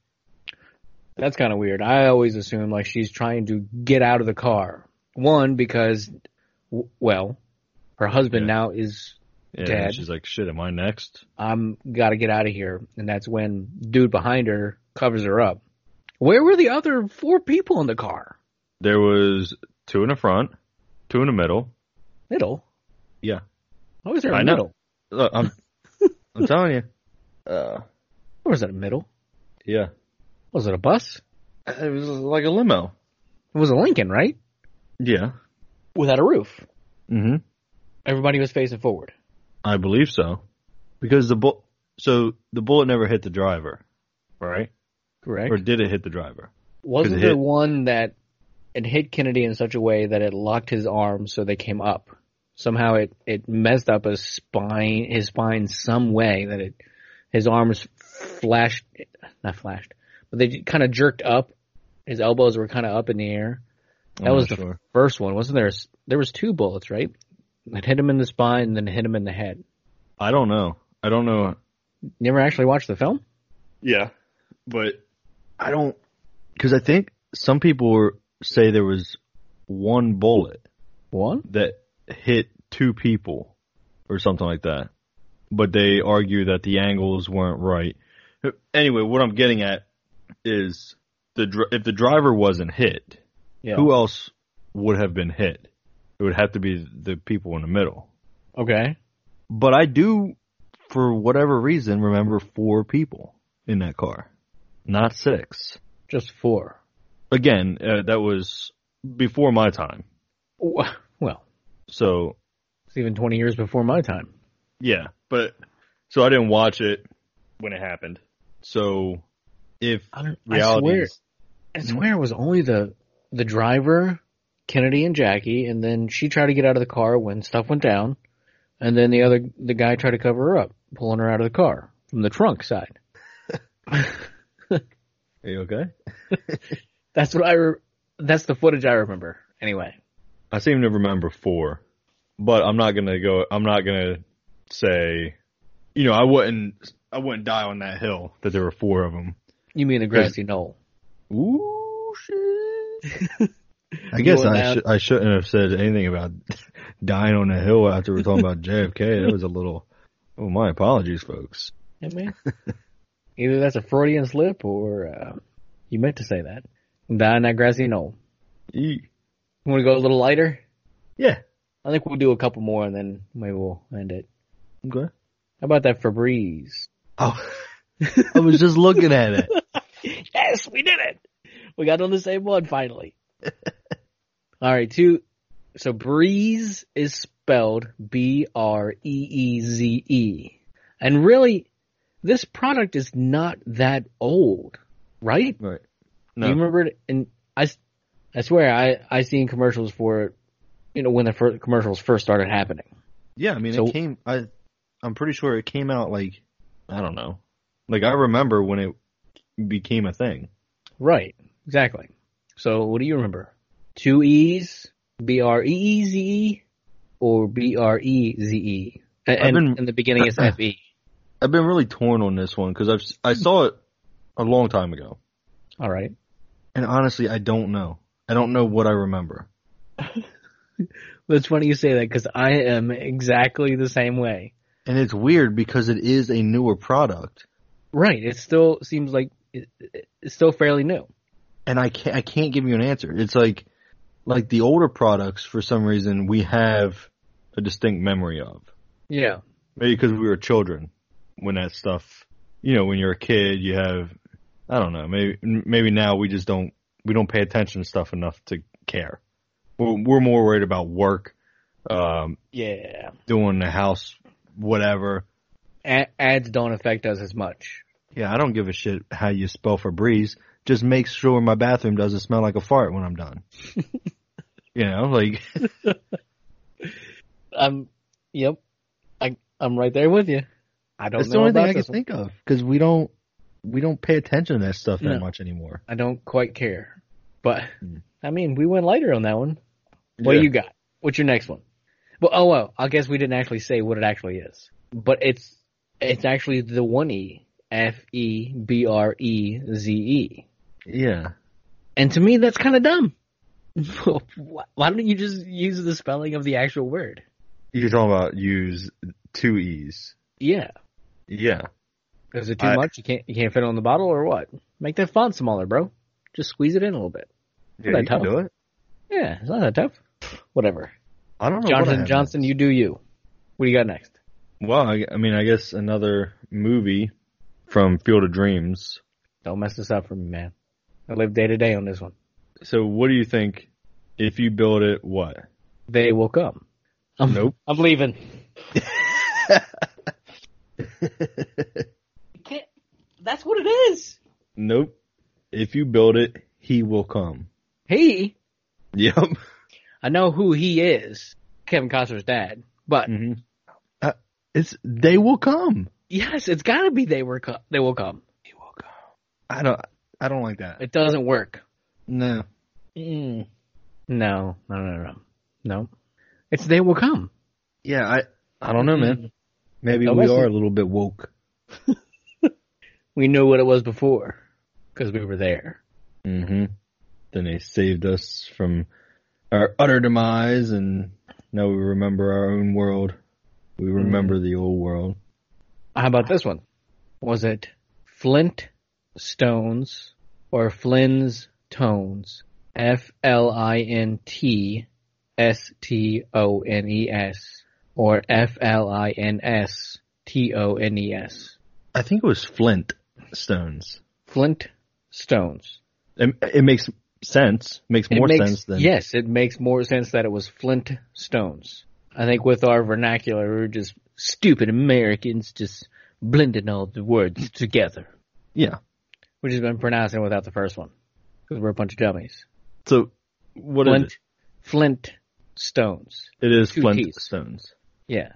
B: that's kind of weird. I always assume like she's trying to get out of the car. One because, w- well, her husband
C: Yeah.
B: now is
C: Yeah,
B: Dad.
C: and she's like, "Shit, am I next?"
B: I'm gotta get out of here. And that's when dude behind her covers her up. Where were the other four people in the car?
C: There was two in the front, two in the middle.
B: Middle?
C: Yeah,
B: Why was there
C: I
B: a
C: know.
B: middle?
C: Look, Uh, I'm, I'm telling you. Uh,
B: Or was it a middle?
C: yeah,
B: Was it a bus?
C: it was like a limo.
B: It was a Lincoln, right?
C: Yeah.
B: Without a roof.
C: Mm-hmm.
B: Everybody was facing forward.
C: I believe so, because the bu- so the bullet never hit the driver, right?
B: Correct.
C: Or did it hit the driver?
B: Wasn't
C: it
B: there
C: hit-
B: one that it hit Kennedy in such a way that it locked his arms so they came up? Somehow it, it messed up his spine, his spine some way that it, his arms flashed, not flashed, but they kind of jerked up. His elbows were kind of up in the air. That
C: I'm
B: was
C: not
B: the
C: sure.
B: first one. Wasn't there, a s- there was two bullets, right? It hit him in the spine and then hit him in the head.
C: I don't know. I don't know.
B: Never actually watched the film?
C: Yeah, but I don't because I think some people were, say there was one bullet
B: One?
C: that hit two people or something like that, but they argue that the angles weren't right. Anyway, what I'm getting at is the dr- if the driver wasn't hit,
B: Yeah.
C: who else would have been hit? It would have to be the people in the middle.
B: Okay.
C: But I do, for whatever reason, remember four people in that car, not six.
B: Just four.
C: Again, uh, that was before my time.
B: Wha- Well,
C: So,
B: it's even 20 years before my time.
C: yeah, but so I didn't watch it when it happened. So, if
B: I, don't, I
C: reality
B: swear.
C: is-
B: I swear it was only the the driver, Kennedy and Jackie, and then she tried to get out of the car when stuff went down, and then the other the guy tried to cover her up, pulling her out of the car from the trunk side.
C: Are you okay?
B: That's what I. Re- that's the footage I remember. Anyway,
C: I seem to remember four, but I'm not gonna go. I'm not gonna say, you know, I wouldn't. I wouldn't die on that hill that there were four of them.
B: you mean the grassy knoll?
C: Ooh, shit. I guess
B: went
C: I,
B: out-
C: sh- I shouldn't have said anything about dying on the hill after we're talking about JFK. That was a little. Oh, my apologies, folks.
B: Yeah, man. Either that's a Freudian slip, or uh, you meant to say that. Die on that grassy knoll.
C: E-
B: You want to go a little lighter?
C: Yeah.
B: I think we'll do a couple more, and then maybe we'll end it.
C: Okay.
B: How about that Febreze?
C: Oh, I was just looking at it.
B: Yes, we did it. We got on the same one finally. All right, two. So breeze is spelled B R E E Z E, and really, this product is not that old, right?
C: Right.
B: Do you
C: No.
B: remember it? And I, s- I swear, I I seen commercials for it. You know, when the first commercials first started happening.
C: Yeah, I mean,
B: So-
C: it came. I, I'm pretty sure it came out like, I don't know. Like I remember when it became a thing.
B: Right. Exactly. So what do you remember? Two E's, B R E E Z E, or B R E Z E? A-
C: I've
B: And
C: been-
B: in the beginning it's F E.
C: I've been really torn on this one because I've s- I saw it a long time ago.
B: All right.
C: And honestly, I don't know. I don't know what I remember.
B: That's funny you say that because I am exactly the same way.
C: And it's weird because it is a newer product,
B: Right. It still seems like it, it- it's still fairly new.
C: and I can't I can't give you an answer. It's like like the older products for some reason we have a distinct memory of.
B: Yeah.
C: Maybe because we were children when that stuff, you know, when you're a kid, you have I don't know. Maybe maybe now we just don't we don't pay attention to stuff enough to care. We're, we're more worried about work, um,
B: Yeah.
C: doing the house, whatever.
B: A- ads don't affect us as much.
C: Yeah, I don't give a shit how you spell Febreze. Just make sure my bathroom doesn't smell like a fart when I'm done. you know, like
B: I'm. Yep. I I'm right there with you. I don't
C: that's the
B: know
C: only
B: about
C: thing I can
B: this one.
C: think of because we don't we don't pay attention to that stuff that
B: No.
C: much anymore.
B: I don't quite care. But I mean, we went lighter on that one. What
C: Yeah.
B: do you got? What's your next one? Well, oh well, I guess we didn't actually say what it actually is, but it's it's actually the one e f e b r e z e,
C: Yeah,
B: and to me that's kind of dumb. Why why don't you just use the spelling of the actual word?
C: you're talking about use two e's.
B: Yeah,
C: Yeah,
B: is it too
C: I-
B: much? You can't you can't fit it on the bottle or what? Make that font smaller, bro. Just squeeze it in a little bit.
C: yeah,
B: That's
C: you can
B: tough.
C: do it.
B: Yeah, it's not that tough. Oh, Whatever.
C: I don't know. what I
B: Johnson
C: have
B: Johnson, you do you. What do you got next?
C: next. Well, I, I mean, I guess another movie from Field of Dreams.
B: Don't mess this up for me, man. I live day to day on this one.
C: So, what do you think? If you build it, what?
B: They will come. I'm,
C: Nope.
B: I'm leaving. Can't, that's what it is.
C: Nope. If you build it, he will come.
B: He,
C: Yep.
B: I know who he is. Kevin Costner's dad. But
C: Mm-hmm. Uh, it's they will come.
B: yes, it's got to be they were co- they will come.
C: I don't. I don't like that.
B: It doesn't work.
C: No.
B: Mm. No, no, no, no, no. It's they will come.
D: Yeah, I
C: I don't know, man. Maybe
B: Mm-hmm. That
C: we
B: wasn't-
C: are a little bit woke.
B: We knew what it was before because we were there.
C: hmm Then they saved us from our utter demise, and now we remember our own world. We remember the old world.
B: How about this one? Was it Flint Stones or Flynn's Tones? F L I N T S T O N E S or F L I N S T O N E S?
C: I think it was Flint Stones.
B: Flint Stones.
C: It, it makes sense. Makes more
B: it makes,
C: sense than
B: Yes, it makes more sense that it was Flint Stones. I think with our vernacular, we're just stupid Americans just blending all the words together.
C: yeah.
B: Which has been pronouncing without the first one. Because we're a bunch of dummies.
D: so what is
B: Flint, Flint Stones.
C: It is
B: Two
C: Flint
B: Ts.
C: Stones.
B: Yeah.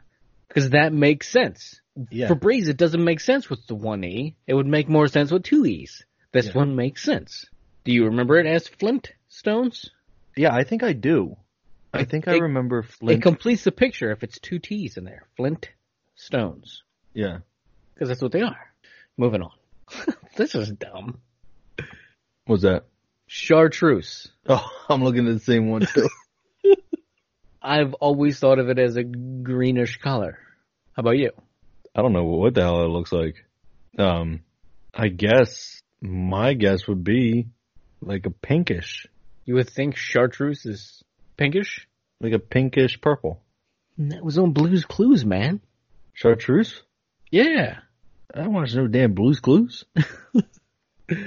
B: Because that makes sense.
C: Yeah.
B: For Breeze, it doesn't make sense with the one E. It would make more sense with two E's. This
C: Yeah.
B: one makes sense. Do you remember it as Flint Stones?
C: yeah, I think I do. I think I
B: It-
C: remember
B: It
C: Flint.
B: completes the picture if it's two T's in there. Flint Stones.
C: yeah.
B: Because that's what they are. Moving on. this is dumb.
C: What's that?
B: Chartreuse.
C: Oh, I'm looking at the same one too.
B: I've always thought of it as a greenish color. How about you?
C: I don't know what the hell it looks like. Um, I guess my guess would be like a pinkish,
B: You would think chartreuse is pinkish?
C: like a pinkish purple.
B: That was on Blue's Clues, man.
C: Chartreuse?
B: Yeah.
C: I don't watch no damn Blues Clues.
B: It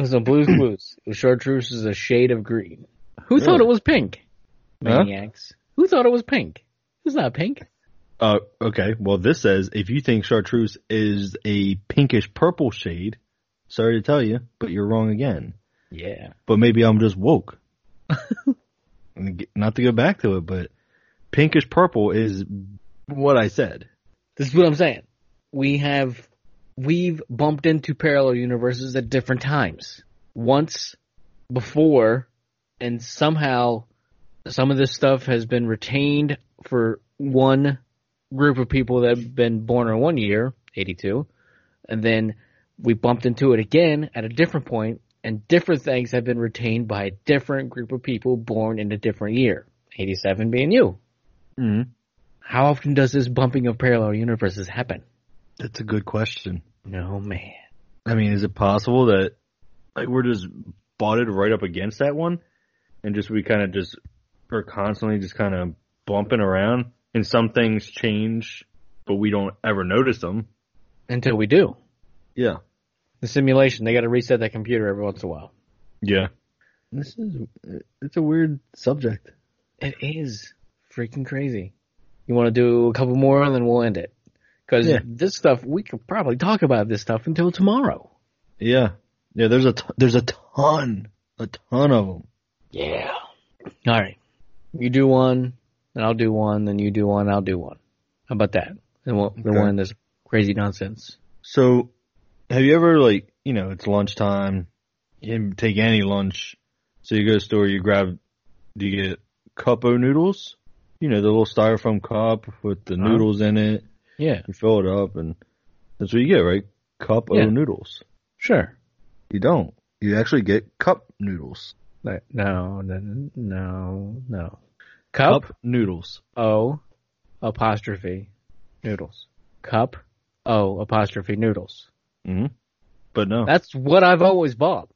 B: was on Blue's Clues. It was chartreuse is a shade of green. Who thought it was pink?
C: Huh?
B: Maniacs. Who thought it was pink? It's not pink.
C: Uh, okay. Well, this says if you think chartreuse is a pinkish purple shade, sorry to tell you, but you're wrong again.
B: Yeah.
C: But maybe I'm just woke. And g- Not to go back to it, but pinkish purple is what I said.
B: This is what I'm saying. We have, we've bumped into parallel universes at different times. Once, before, and somehow some of this stuff has been retained for one group of people that have been born in one year, 82, and then we bumped into it again at a different point, and different things have been retained by a different group of people born in a different year, 87 being you.
C: Mm-hmm.
B: How often does this bumping of parallel universes happen?
C: That's a good question.
B: No man.
C: I mean, is it possible that like we're just butted right up against that one, and just we kind of just are constantly just kind of bumping around, and some things change, but we don't ever notice them.
B: Until we do.
C: Yeah,
B: The simulation, they gotta reset that computer every once in a while.
C: yeah. This is it's a weird subject.
B: It is freaking crazy. You wanna do a couple more and then we'll end it. Cause
C: Yeah.
B: this stuff, we could probably talk about this stuff until tomorrow.
C: Yeah, yeah. There's a t- there's a ton, a ton of them.
B: Yeah. Alright. You do one, and I'll do one, then you do one, I'll do one. How about that? And we'll, then we'll
C: Okay.
B: end this crazy nonsense.
C: So, have you ever like you know it's lunchtime, you didn't take any lunch, so you go to the store, you grab, do you get cupo noodles? You know the little styrofoam cup with the
B: Uh-huh.
C: noodles in it.
B: Yeah.
C: You fill it up, and that's what you get, right? Cup
B: Yeah.
C: o noodles.
B: Sure.
C: You don't. You actually get cup noodles.
B: No, no, no, no, no. Cup?
C: noodles.
B: O apostrophe noodles. Cup O apostrophe noodles.
C: hmm But no,
B: That's what I've always bought.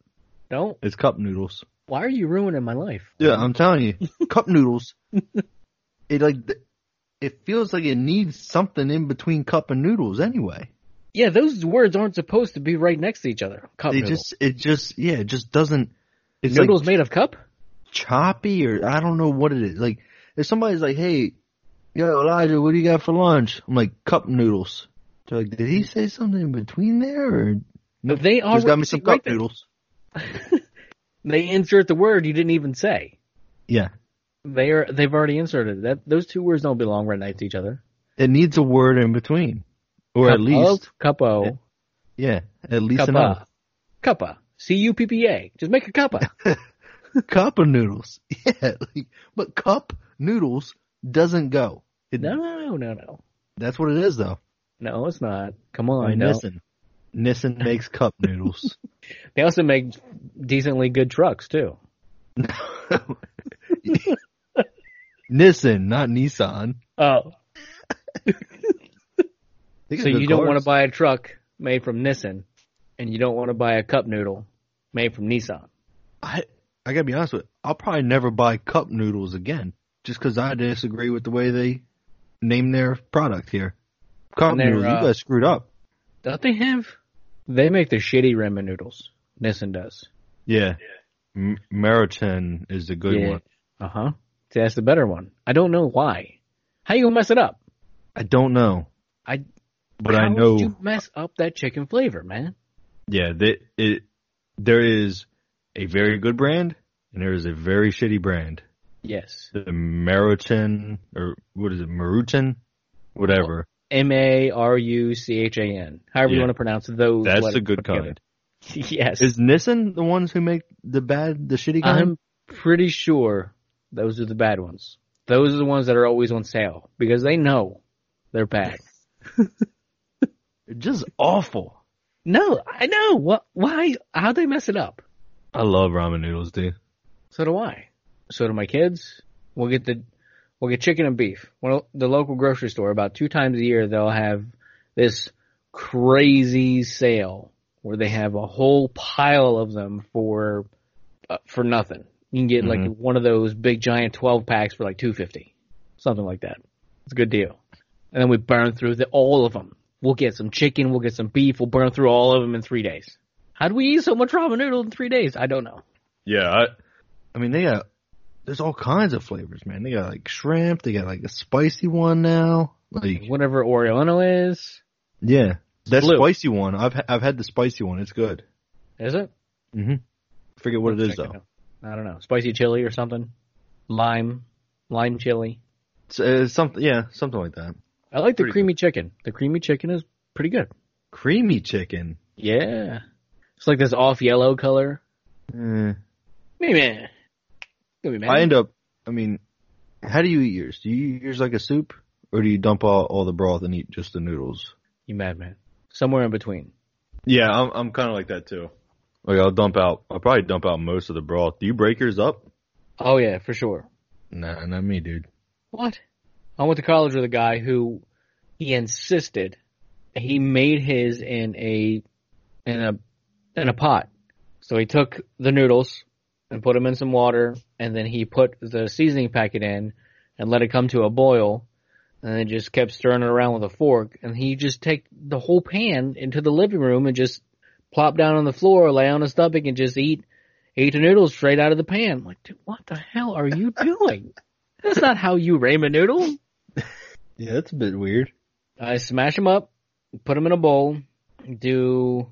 B: Don't.
C: it's cup noodles.
B: Why are you ruining my life?
C: Yeah, I'm telling you, cup noodles. It like th- it feels like it needs something in between cup and noodles anyway.
B: Yeah, those words aren't supposed to be right next to each other. Cup
C: It
B: noodles.
C: just it just yeah, it just doesn't. It's
B: noodles
C: like
B: made of cup?
C: choppy or I don't know what it is. Like if somebody's like, "Hey, yo Elijah, what do you got for lunch?" I'm like, "Cup noodles." They're like, "Did he say something in between there?" Or
B: No, Mm. they are.
C: just got me some
B: right
C: cup
B: there.
C: noodles.
B: They insert the word you didn't even say.
C: Yeah,
B: They are. They've already inserted that. Those two words don't belong right next to each other.
C: it needs a word in between, or
B: cup
C: at least
B: of, cup O.
C: yeah, at least
B: cuppa.
C: enough
B: Cuppa. C U P P A. Just make a cuppa.
C: cup of noodles. Yeah, like, but cup noodles
E: doesn't go. It,
B: No, no, no, no.
E: That's what it is, though.
B: No, it's not. Come on. no.
E: Nissen. Nissen makes cup noodles.
B: They also make decently good trucks too.
E: Nissen, not Nissan.
B: Oh,
E: They got
B: so
E: good
B: you don't want
E: cars.
B: to buy a truck made from Nissan, and you don't want to buy a cup noodle made from Nissan.
E: I, I gotta be honest with you. I'll probably never buy cup noodles again, just because I disagree with the way they name their product here. Cup
B: And they're,
E: noodles,
B: uh,
E: you guys screwed up.
B: Don't they have? They make the shitty ramen noodles. Nissan does.
F: Yeah.
C: M- Maritain is the good one.
B: Uh huh. See, that's the better one. I don't know why. How you gonna mess it up?
C: I don't know,
B: I.
C: but
B: how
C: I know.
B: would you mess up that chicken flavor, man.
C: Yeah, they, it. There is a very good brand, and there is a very shitty brand.
B: Yes.
C: The Maruchan, or what is it, Maruchan, whatever.
B: M A R U C H A N. However you
C: Yeah.
B: want to pronounce those.
C: That's
B: letters
C: the good
B: put together.
C: kind.
B: yes.
C: Is Nissan the ones who make the bad, the shitty kind?
B: I'm pretty sure those are the bad ones. Those are the ones that are always on sale because they know they're bad.
E: They're just awful.
B: No, I know. What? Why? How'd they mess it up?
C: I love ramen noodles, dude.
B: So do I. So do my kids. We'll get the we'll get chicken and beef. Well, the local grocery store about two times a year they'll have this crazy sale where they have a whole pile of them for uh, for nothing. You can get like one of those big giant twelve packs for like two fifty, something like that. It's a good deal. And then we burn through the, all of them. We'll get some chicken. We'll get some beef. We'll burn through all of them in three days. How'd we eat so much ramen noodle in three days? I don't know.
C: Yeah, I,
E: I mean, they got there's all kinds of flavors, man. They got like shrimp. They got like a spicy one now. Like,
B: whatever Oriano is.
E: yeah, that
C: Blue.
E: spicy one. I've ha- I've had the spicy one. It's good.
B: Is it?
E: I forget what it is
B: Check it
E: though.
B: out. I don't know. Spicy chili or something. Lime. Lime chili.
E: It's, uh, something, yeah, something like that.
B: I like the
E: Pretty
B: creamy chicken. The creamy chicken is pretty good.
E: Creamy chicken.
B: Yeah. It's like this off yellow color.
E: Eh.
B: Me man. Gonna be mad.
E: I end up. I mean, how do you eat yours? Do you eat yours like a soup, or do you dump all, all the broth and eat just the noodles?
B: you madman. Somewhere in between.
C: yeah, I'm, I'm kind of like that too. Like I'll dump out, I'll probably dump out most of the broth. Do you break yours up?
B: Oh yeah, for sure.
E: Nah, not me, dude.
B: What? I went to college with a guy who he insisted he made his in a in a in a pot. So he took the noodles and put them in some water, and then he put the seasoning packet in and let it come to a boil, and then just kept stirring it around with a fork. And he just take the whole pan into the living room and just plop down on the floor, lay on his stomach, and just eat eat the noodles straight out of the pan. I'm like, dude, what the hell are you doing? That's not how you ramen noodle.
E: Yeah, that's a bit weird.
B: I smash them up, put them in a bowl. Do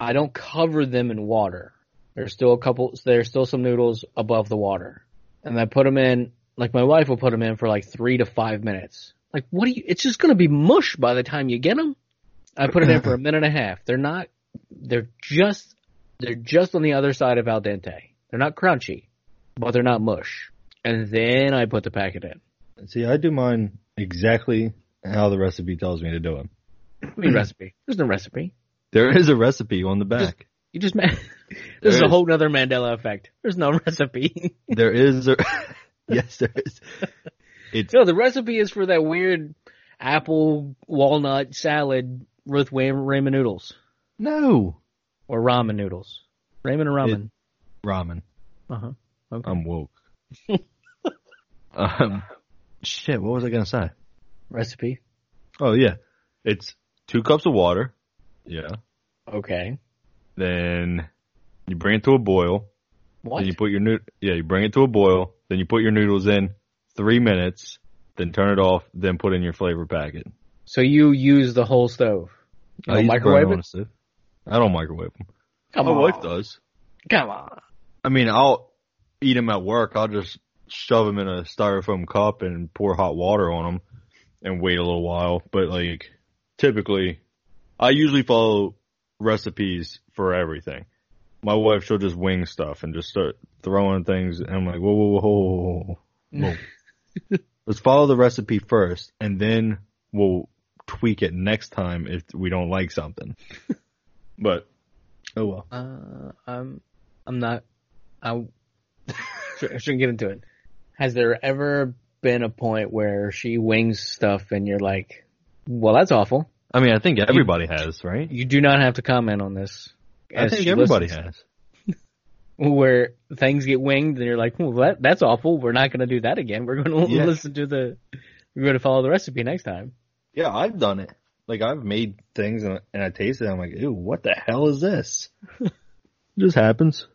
B: I don't cover them in water. There's still a couple. There's still some noodles above the water, and I put them in. Like my wife will put them in for like three to five minutes. Like what do you? It's just gonna be mush by the time you get them. I put it in for a minute and a half. They're not. They're just. They're just on the other side of al dente. They're not crunchy, but they're not mush. And then I put the packet in.
C: See, I do mine exactly how the recipe tells me to do it.
B: I mean recipe. There's no recipe.
C: There is a recipe on the back.
B: You just man. this is a
C: is.
B: whole nother Mandela effect. There's no recipe.
C: there is a yes, there is.
B: no, the recipe is for that weird apple walnut salad with wa- ramen noodles
E: No
B: or ramen noodles. Ramen or ramen.
E: ramen.
B: Uh huh.
C: I'm woke.
E: Um, shit. What was I gonna say?
B: Recipe.
C: Oh yeah, it's two cups of water. Yeah,
B: Okay.
C: then you bring it to a boil.
B: What?
C: Then you put your nood yeah, you bring it to a boil. Then you put your noodles in three minutes. Then turn it off. Then put in your flavor packet.
B: so you use the whole stove? You
C: I
B: don't
C: use
B: microwave
C: burner
B: it?
C: on a stove. I don't microwave them.
B: Come
C: My
B: on.
C: wife does.
B: Come on.
C: I mean, I'll eat them at work. I'll just shove them in a styrofoam cup and pour hot water on them and wait a little while. But like, typically, I usually follow recipes for everything. My wife, she'll just wing stuff and just start throwing things. And I'm like, whoa, whoa, whoa, whoa, whoa, whoa. Let's follow the recipe first, and then we'll tweak it next time if we don't like something. but oh well.
B: Uh, I'm, I'm not. I shouldn't shouldn't get into it. Has there ever been a point where she wings stuff and you're like, "Well, that's awful."
C: I mean, I think everybody has, right?
B: You do not have to comment on this.
C: I
B: as
C: think
B: she
C: everybody
B: listens.
C: has.
B: Where things get winged and you're like, "Well, that, that's awful. We're not going to do that again. We're going to
C: Yeah.
B: listen to the. We're going to follow the recipe next time."
C: Yeah, I've done it. Like I've made things and, and I taste it. I'm like, ew, what the hell is this? it just happens.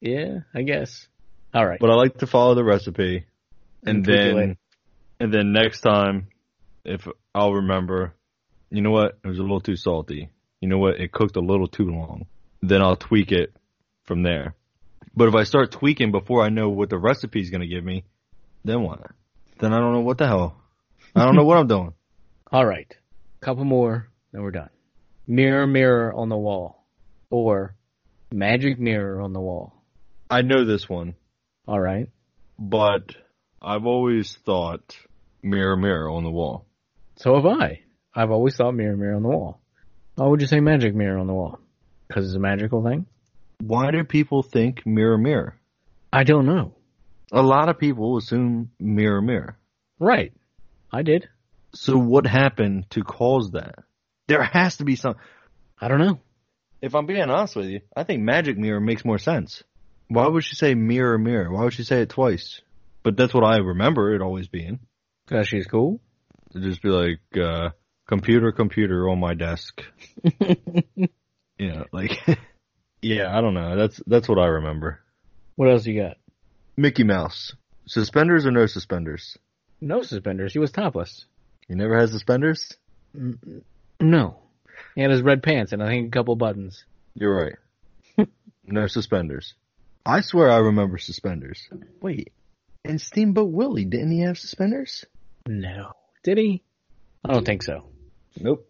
B: Yeah, I guess. All right.
C: But I like to follow the recipe, and
B: And tweak it
C: then,
B: later.
C: and then next time, if I'll remember, you know what? It was a little too salty. You know what? It cooked a little too long. Then I'll tweak it from there. But if I start tweaking before I know what the recipe's gonna give me, then what? Then I don't know what the hell. I don't know what I'm doing.
B: All right. Couple more, then we're done. Mirror, mirror on the wall. Or magic mirror on the wall.
C: I know this one.
B: All right.
C: but I've always thought mirror, mirror on the wall.
B: So have I. I've always thought mirror, mirror on the wall. Why would you say magic mirror on the wall? Because it's a magical thing?
C: Why do people think mirror, mirror?
B: I don't know.
C: A lot of people assume mirror, mirror.
B: Right. I did.
C: So what happened to cause that? There has to be some.
B: I don't know.
C: If I'm being honest with you, I think magic mirror makes more sense. Why would she say mirror, mirror? Why would she say it twice? But that's what I remember it always being.
B: Because she's cool.
C: It'd just be like, uh, computer, computer on my desk. Yeah, like, yeah, I don't know. That's, that's what I remember.
B: what else you got?
C: Mickey Mouse. Suspenders or no suspenders?
B: No suspenders. He was topless.
C: You never had suspenders?
B: No. He had his red pants and I think a couple buttons.
C: You're right. no suspenders. I swear I remember suspenders. Wait. And Steamboat Willie, didn't he have suspenders?
B: No. Did he? I don't think so.
C: Nope.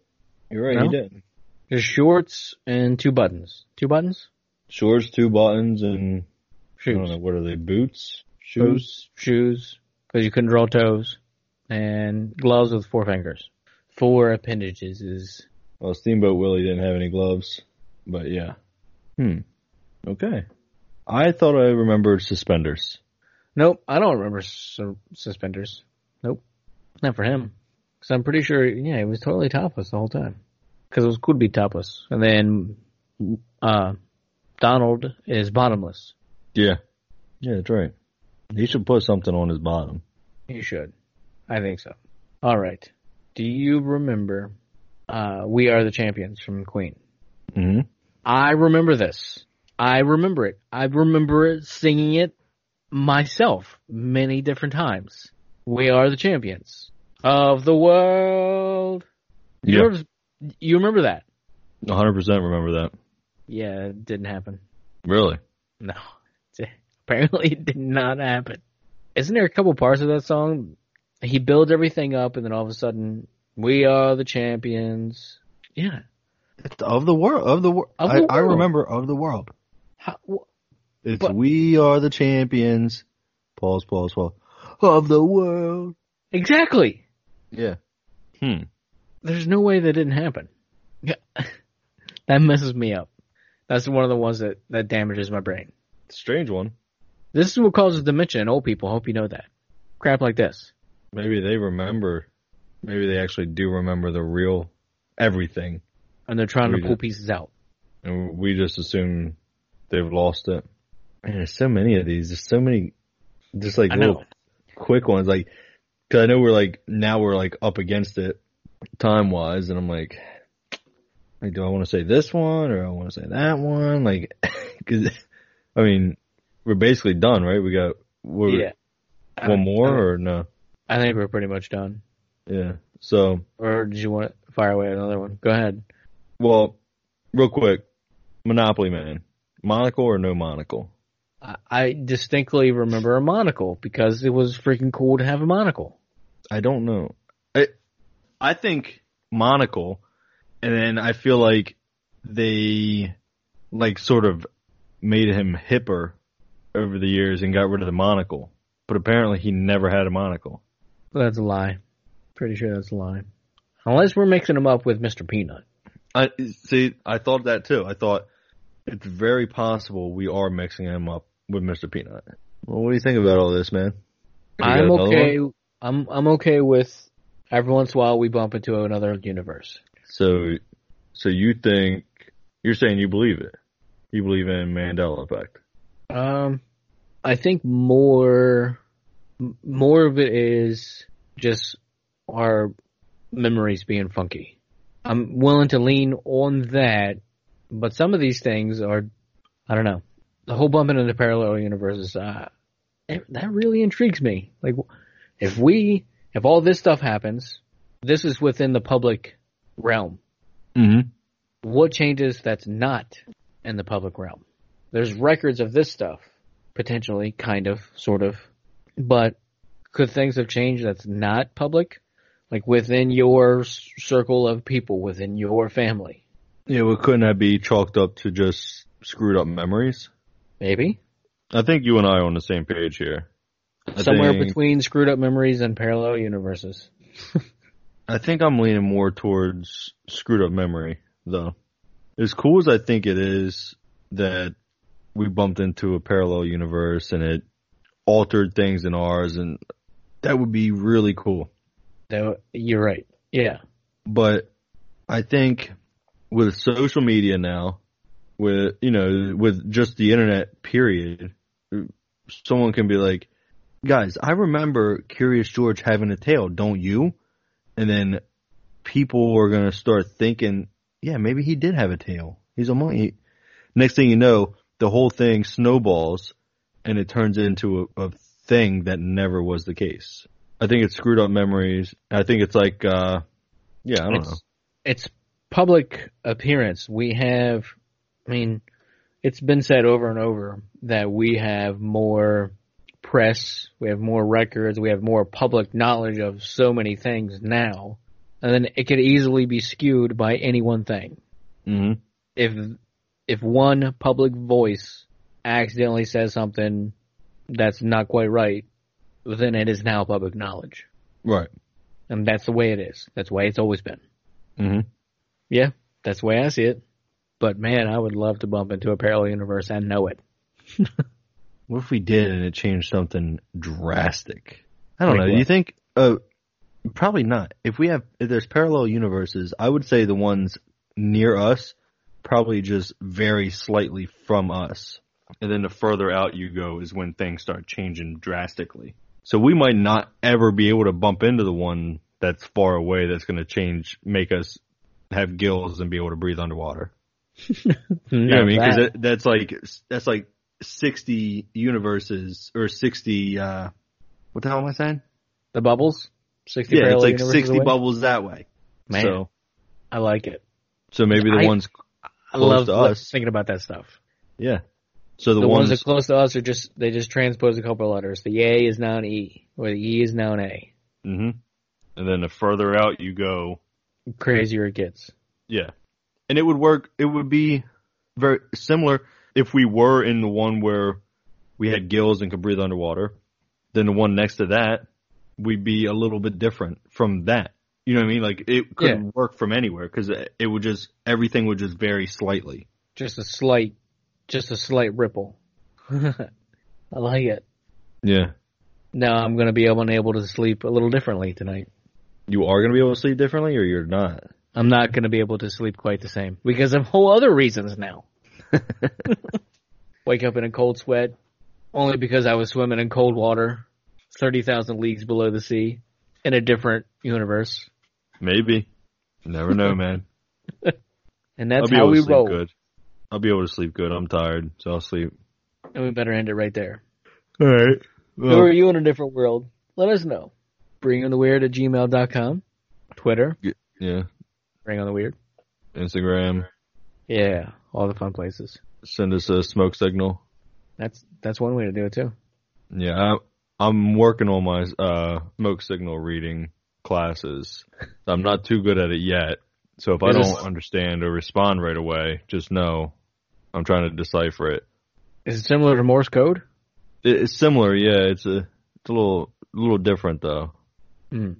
C: You're right,
B: No?
C: he did.
B: Just shorts and two buttons. Two buttons?
C: Shorts, two buttons, and I don't
B: Shoes.
C: know, what are they, boots? Shoes?
B: Boots, shoes, because you couldn't draw toes, and gloves with four fingers. Four appendages is
C: Well, Steamboat Willie didn't have any gloves, but yeah. Hmm. Okay. I thought I remembered suspenders.
B: nope. I don't remember su- suspenders. Nope, not for him. Because I'm pretty sure, yeah, he was totally topless the whole time. Because it was cool to be topless, and then uh, Donald is bottomless.
C: Yeah. Yeah, that's right. He should put something on his bottom.
B: You should, I think so. All right. Do you remember? Uh, we are the champions from Queen.
C: hmm
B: I remember this. I remember it. I remember singing it myself many different times. We are the champions of the world. You,
C: Yeah.
B: remember, you remember that?
C: 100% remember that.
B: Yeah, it didn't happen.
C: Really?
B: No. Apparently it did not happen. Isn't there a couple parts of that song? He builds everything up and then all of a sudden, we are the champions. Yeah.
G: It's of the world. Of the, wor-
B: Of
G: I,
B: the
G: I
B: world.
G: remember of the world.
B: How, wh-
C: It's
B: But-
C: we are the champions. Pause, pause, pause. Of the world.
B: exactly.
C: Yeah. Hmm.
B: there's no way that didn't happen. Yeah. that messes me up. That's one of the ones that, that damages my brain.
C: Strange one.
B: This is what causes dementia in old people. Hope you know that. Crap like this.
C: Maybe they remember. Maybe they actually do remember the real everything.
B: And they're trying
C: We
B: to pull
C: did.
B: pieces out.
C: And we just assume they've lost it. Man, there's so many of these. There's so many just like
B: I
C: little
B: know.
C: quick ones. Like, cause I know we're like, now we're like up against it time wise. And I'm like, like, do I want to say this one or I want to say that one? Like, cause I mean, we're basically done, right? We got we're,
B: yeah. Uh,
C: one more or no?
B: I think we're pretty much done.
C: Yeah. So,
B: Or did you want to fire away another one? Go ahead.
C: well, real quick, Monopoly Man, monocle or no monocle?
B: I, I distinctly remember a monocle because it was freaking cool to have a monocle.
C: I don't know. I I think monocle, and then I feel like they like sort of made him hipper over the years and got rid of the monocle. But apparently, he never had a monocle.
B: That's a lie. Pretty sure that's a lie. Unless we're mixing them up with Mr. Peanut.
C: I see. I thought that too. I thought it's very possible we are mixing him up with Mr. Peanut. Well, what do you think about all this, man? You got
B: I'm
C: another
B: okay. I'm I'm okay with every once in a while we bump into another universe.
C: So, so you think you're saying you believe it? You believe in Mandela effect?
B: Um, I think more m- more of it is just our memories being funky. I'm willing to lean on that, but some of these things are, I don't know, the whole bumping into parallel universes. Uh, it, that really intrigues me. Like, if we, if all this stuff happens, this is within the public realm.
H: Mhm.
B: What changes that's not in the public realm? there's records of this stuff potentially kind of sort of but could things have changed that's not public like within your s- circle of people within your family
C: Yeah, well, couldn't that be chalked up to just screwed up memories?
B: maybe
C: I think you and I are on the same page here. I
B: somewhere
C: think-
B: between screwed up memories and parallel universes
C: I think I'm leaning more towards screwed up memory, though. As cool as I think it is that we bumped into a parallel universe and it altered things in ours, and that would be really cool.
B: That- you're right yeah
C: But I think with social media now, with, you know, with just the internet period, someone can be like, guys, I remember Curious George having a tail, don't you? And then people are going to start thinking, yeah, maybe he did have a tail. He's a monkey. Next thing you know, the whole thing snowballs and it turns into a, a thing that never was the case. I think it's screwed up memories. I think it's like, uh, yeah, I don't
B: it's,
C: know.
B: it's public appearance. We have, I mean, it's been said over and over that we have more press, we have more records, we have more public knowledge of so many things now, and then it could easily be skewed by any one thing.
C: Mhm.
B: If if one public voice accidentally says something that's not quite right, then it is now public knowledge,
C: Right.
B: and that's the way it is. That's the way it's always been.
C: hmm
B: Yeah, that's the way I see it. But man, I would love to bump into a parallel universe and know it.
C: What if we did and it changed something drastic? I don't
B: Like
C: know. Do
B: what?
C: you think? Uh, probably not. If we have, if there's parallel universes, I would say the ones near us probably just vary slightly from us. And then the further out you go is when things start changing drastically. So we might not ever be able to bump into the one that's far away that's going to change, make us have gills and be able to breathe underwater. You know what I mean? Because that, that's like that's like sixty universes or sixty. uh What the hell am I saying?
B: the bubbles, sixty.
C: yeah,
B: parallel
C: it's like
B: universes
C: sixty
B: away?
C: bubbles that way.
B: Man,
C: So
B: I like it.
C: so maybe the
B: I-
C: ones
B: I
C: Close
B: love
C: to
B: lo-
C: us.
B: thinking about that stuff.
C: yeah. So the,
B: The,
C: ones,
B: ones, that close to us are just they just transpose a couple of letters. The A is now an E, or the E is now an A.
C: hmm and then the further out you go,
B: Crazier it gets.
C: Yeah. And it would work it would be very similar if we were in the one where we had gills and could breathe underwater. Then the one next to that would be a little bit different from that. You know what I mean? Like it couldn't work from anywhere cuz it would just everything would just vary slightly.
B: Just a slight, just a slight ripple. I like it.
C: Yeah.
B: Now I'm gonna be able and able to sleep a little differently tonight.
C: You are going to be able to sleep differently or you're not.
B: I'm not going to be able to sleep quite the same because of whole other reasons now. Wake up in a cold sweat only because I was swimming in cold water 30,000 leagues below the sea in a different universe.
C: Maybe. Never know, man.
B: And that's
C: I'll be
B: how
C: able
B: we
C: to sleep
B: roll.
C: good. I'll be able to sleep good. I'm tired, so I'll sleep.
B: And we better end it right there.
C: All right.
B: Who are you in a different world? Let us know. Bring on the weird at gmail.com, Twitter,
C: yeah.
B: bring on the weird.
C: Instagram.
B: Yeah, all the fun places.
C: send us a smoke signal.
B: That's that's one way to do it too.
C: Yeah, I, I'm working on my uh, smoke signal reading classes. I'm not too good at it yet, so if I
B: Is
C: don't
B: this-
C: understand or respond right away, just know I'm trying to decipher it.
B: Is it similar to Morse code?
C: it it's similar, yeah. It's a it's a little little different though.
B: Mm.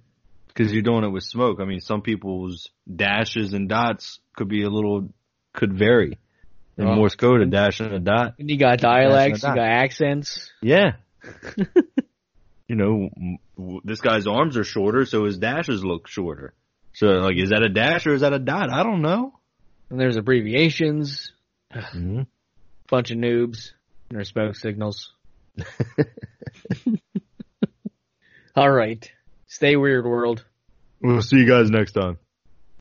C: because you're doing it with smoke. I mean, some people's dashes and dots could be a little could vary. In
B: Oh.
C: Morse code, a dash and a dot.
B: And you got dialects, you
C: not.
B: got accents.
C: Yeah. you know, m- w- this guy's arms are shorter, so his dashes look shorter. So, like, is that a dash or is that a dot? I don't know.
B: And there's abbreviations.
C: Mhm.
B: Bunch of noobs. And their smoke signals. All right. Stay weird, world.
C: We'll see you guys next time.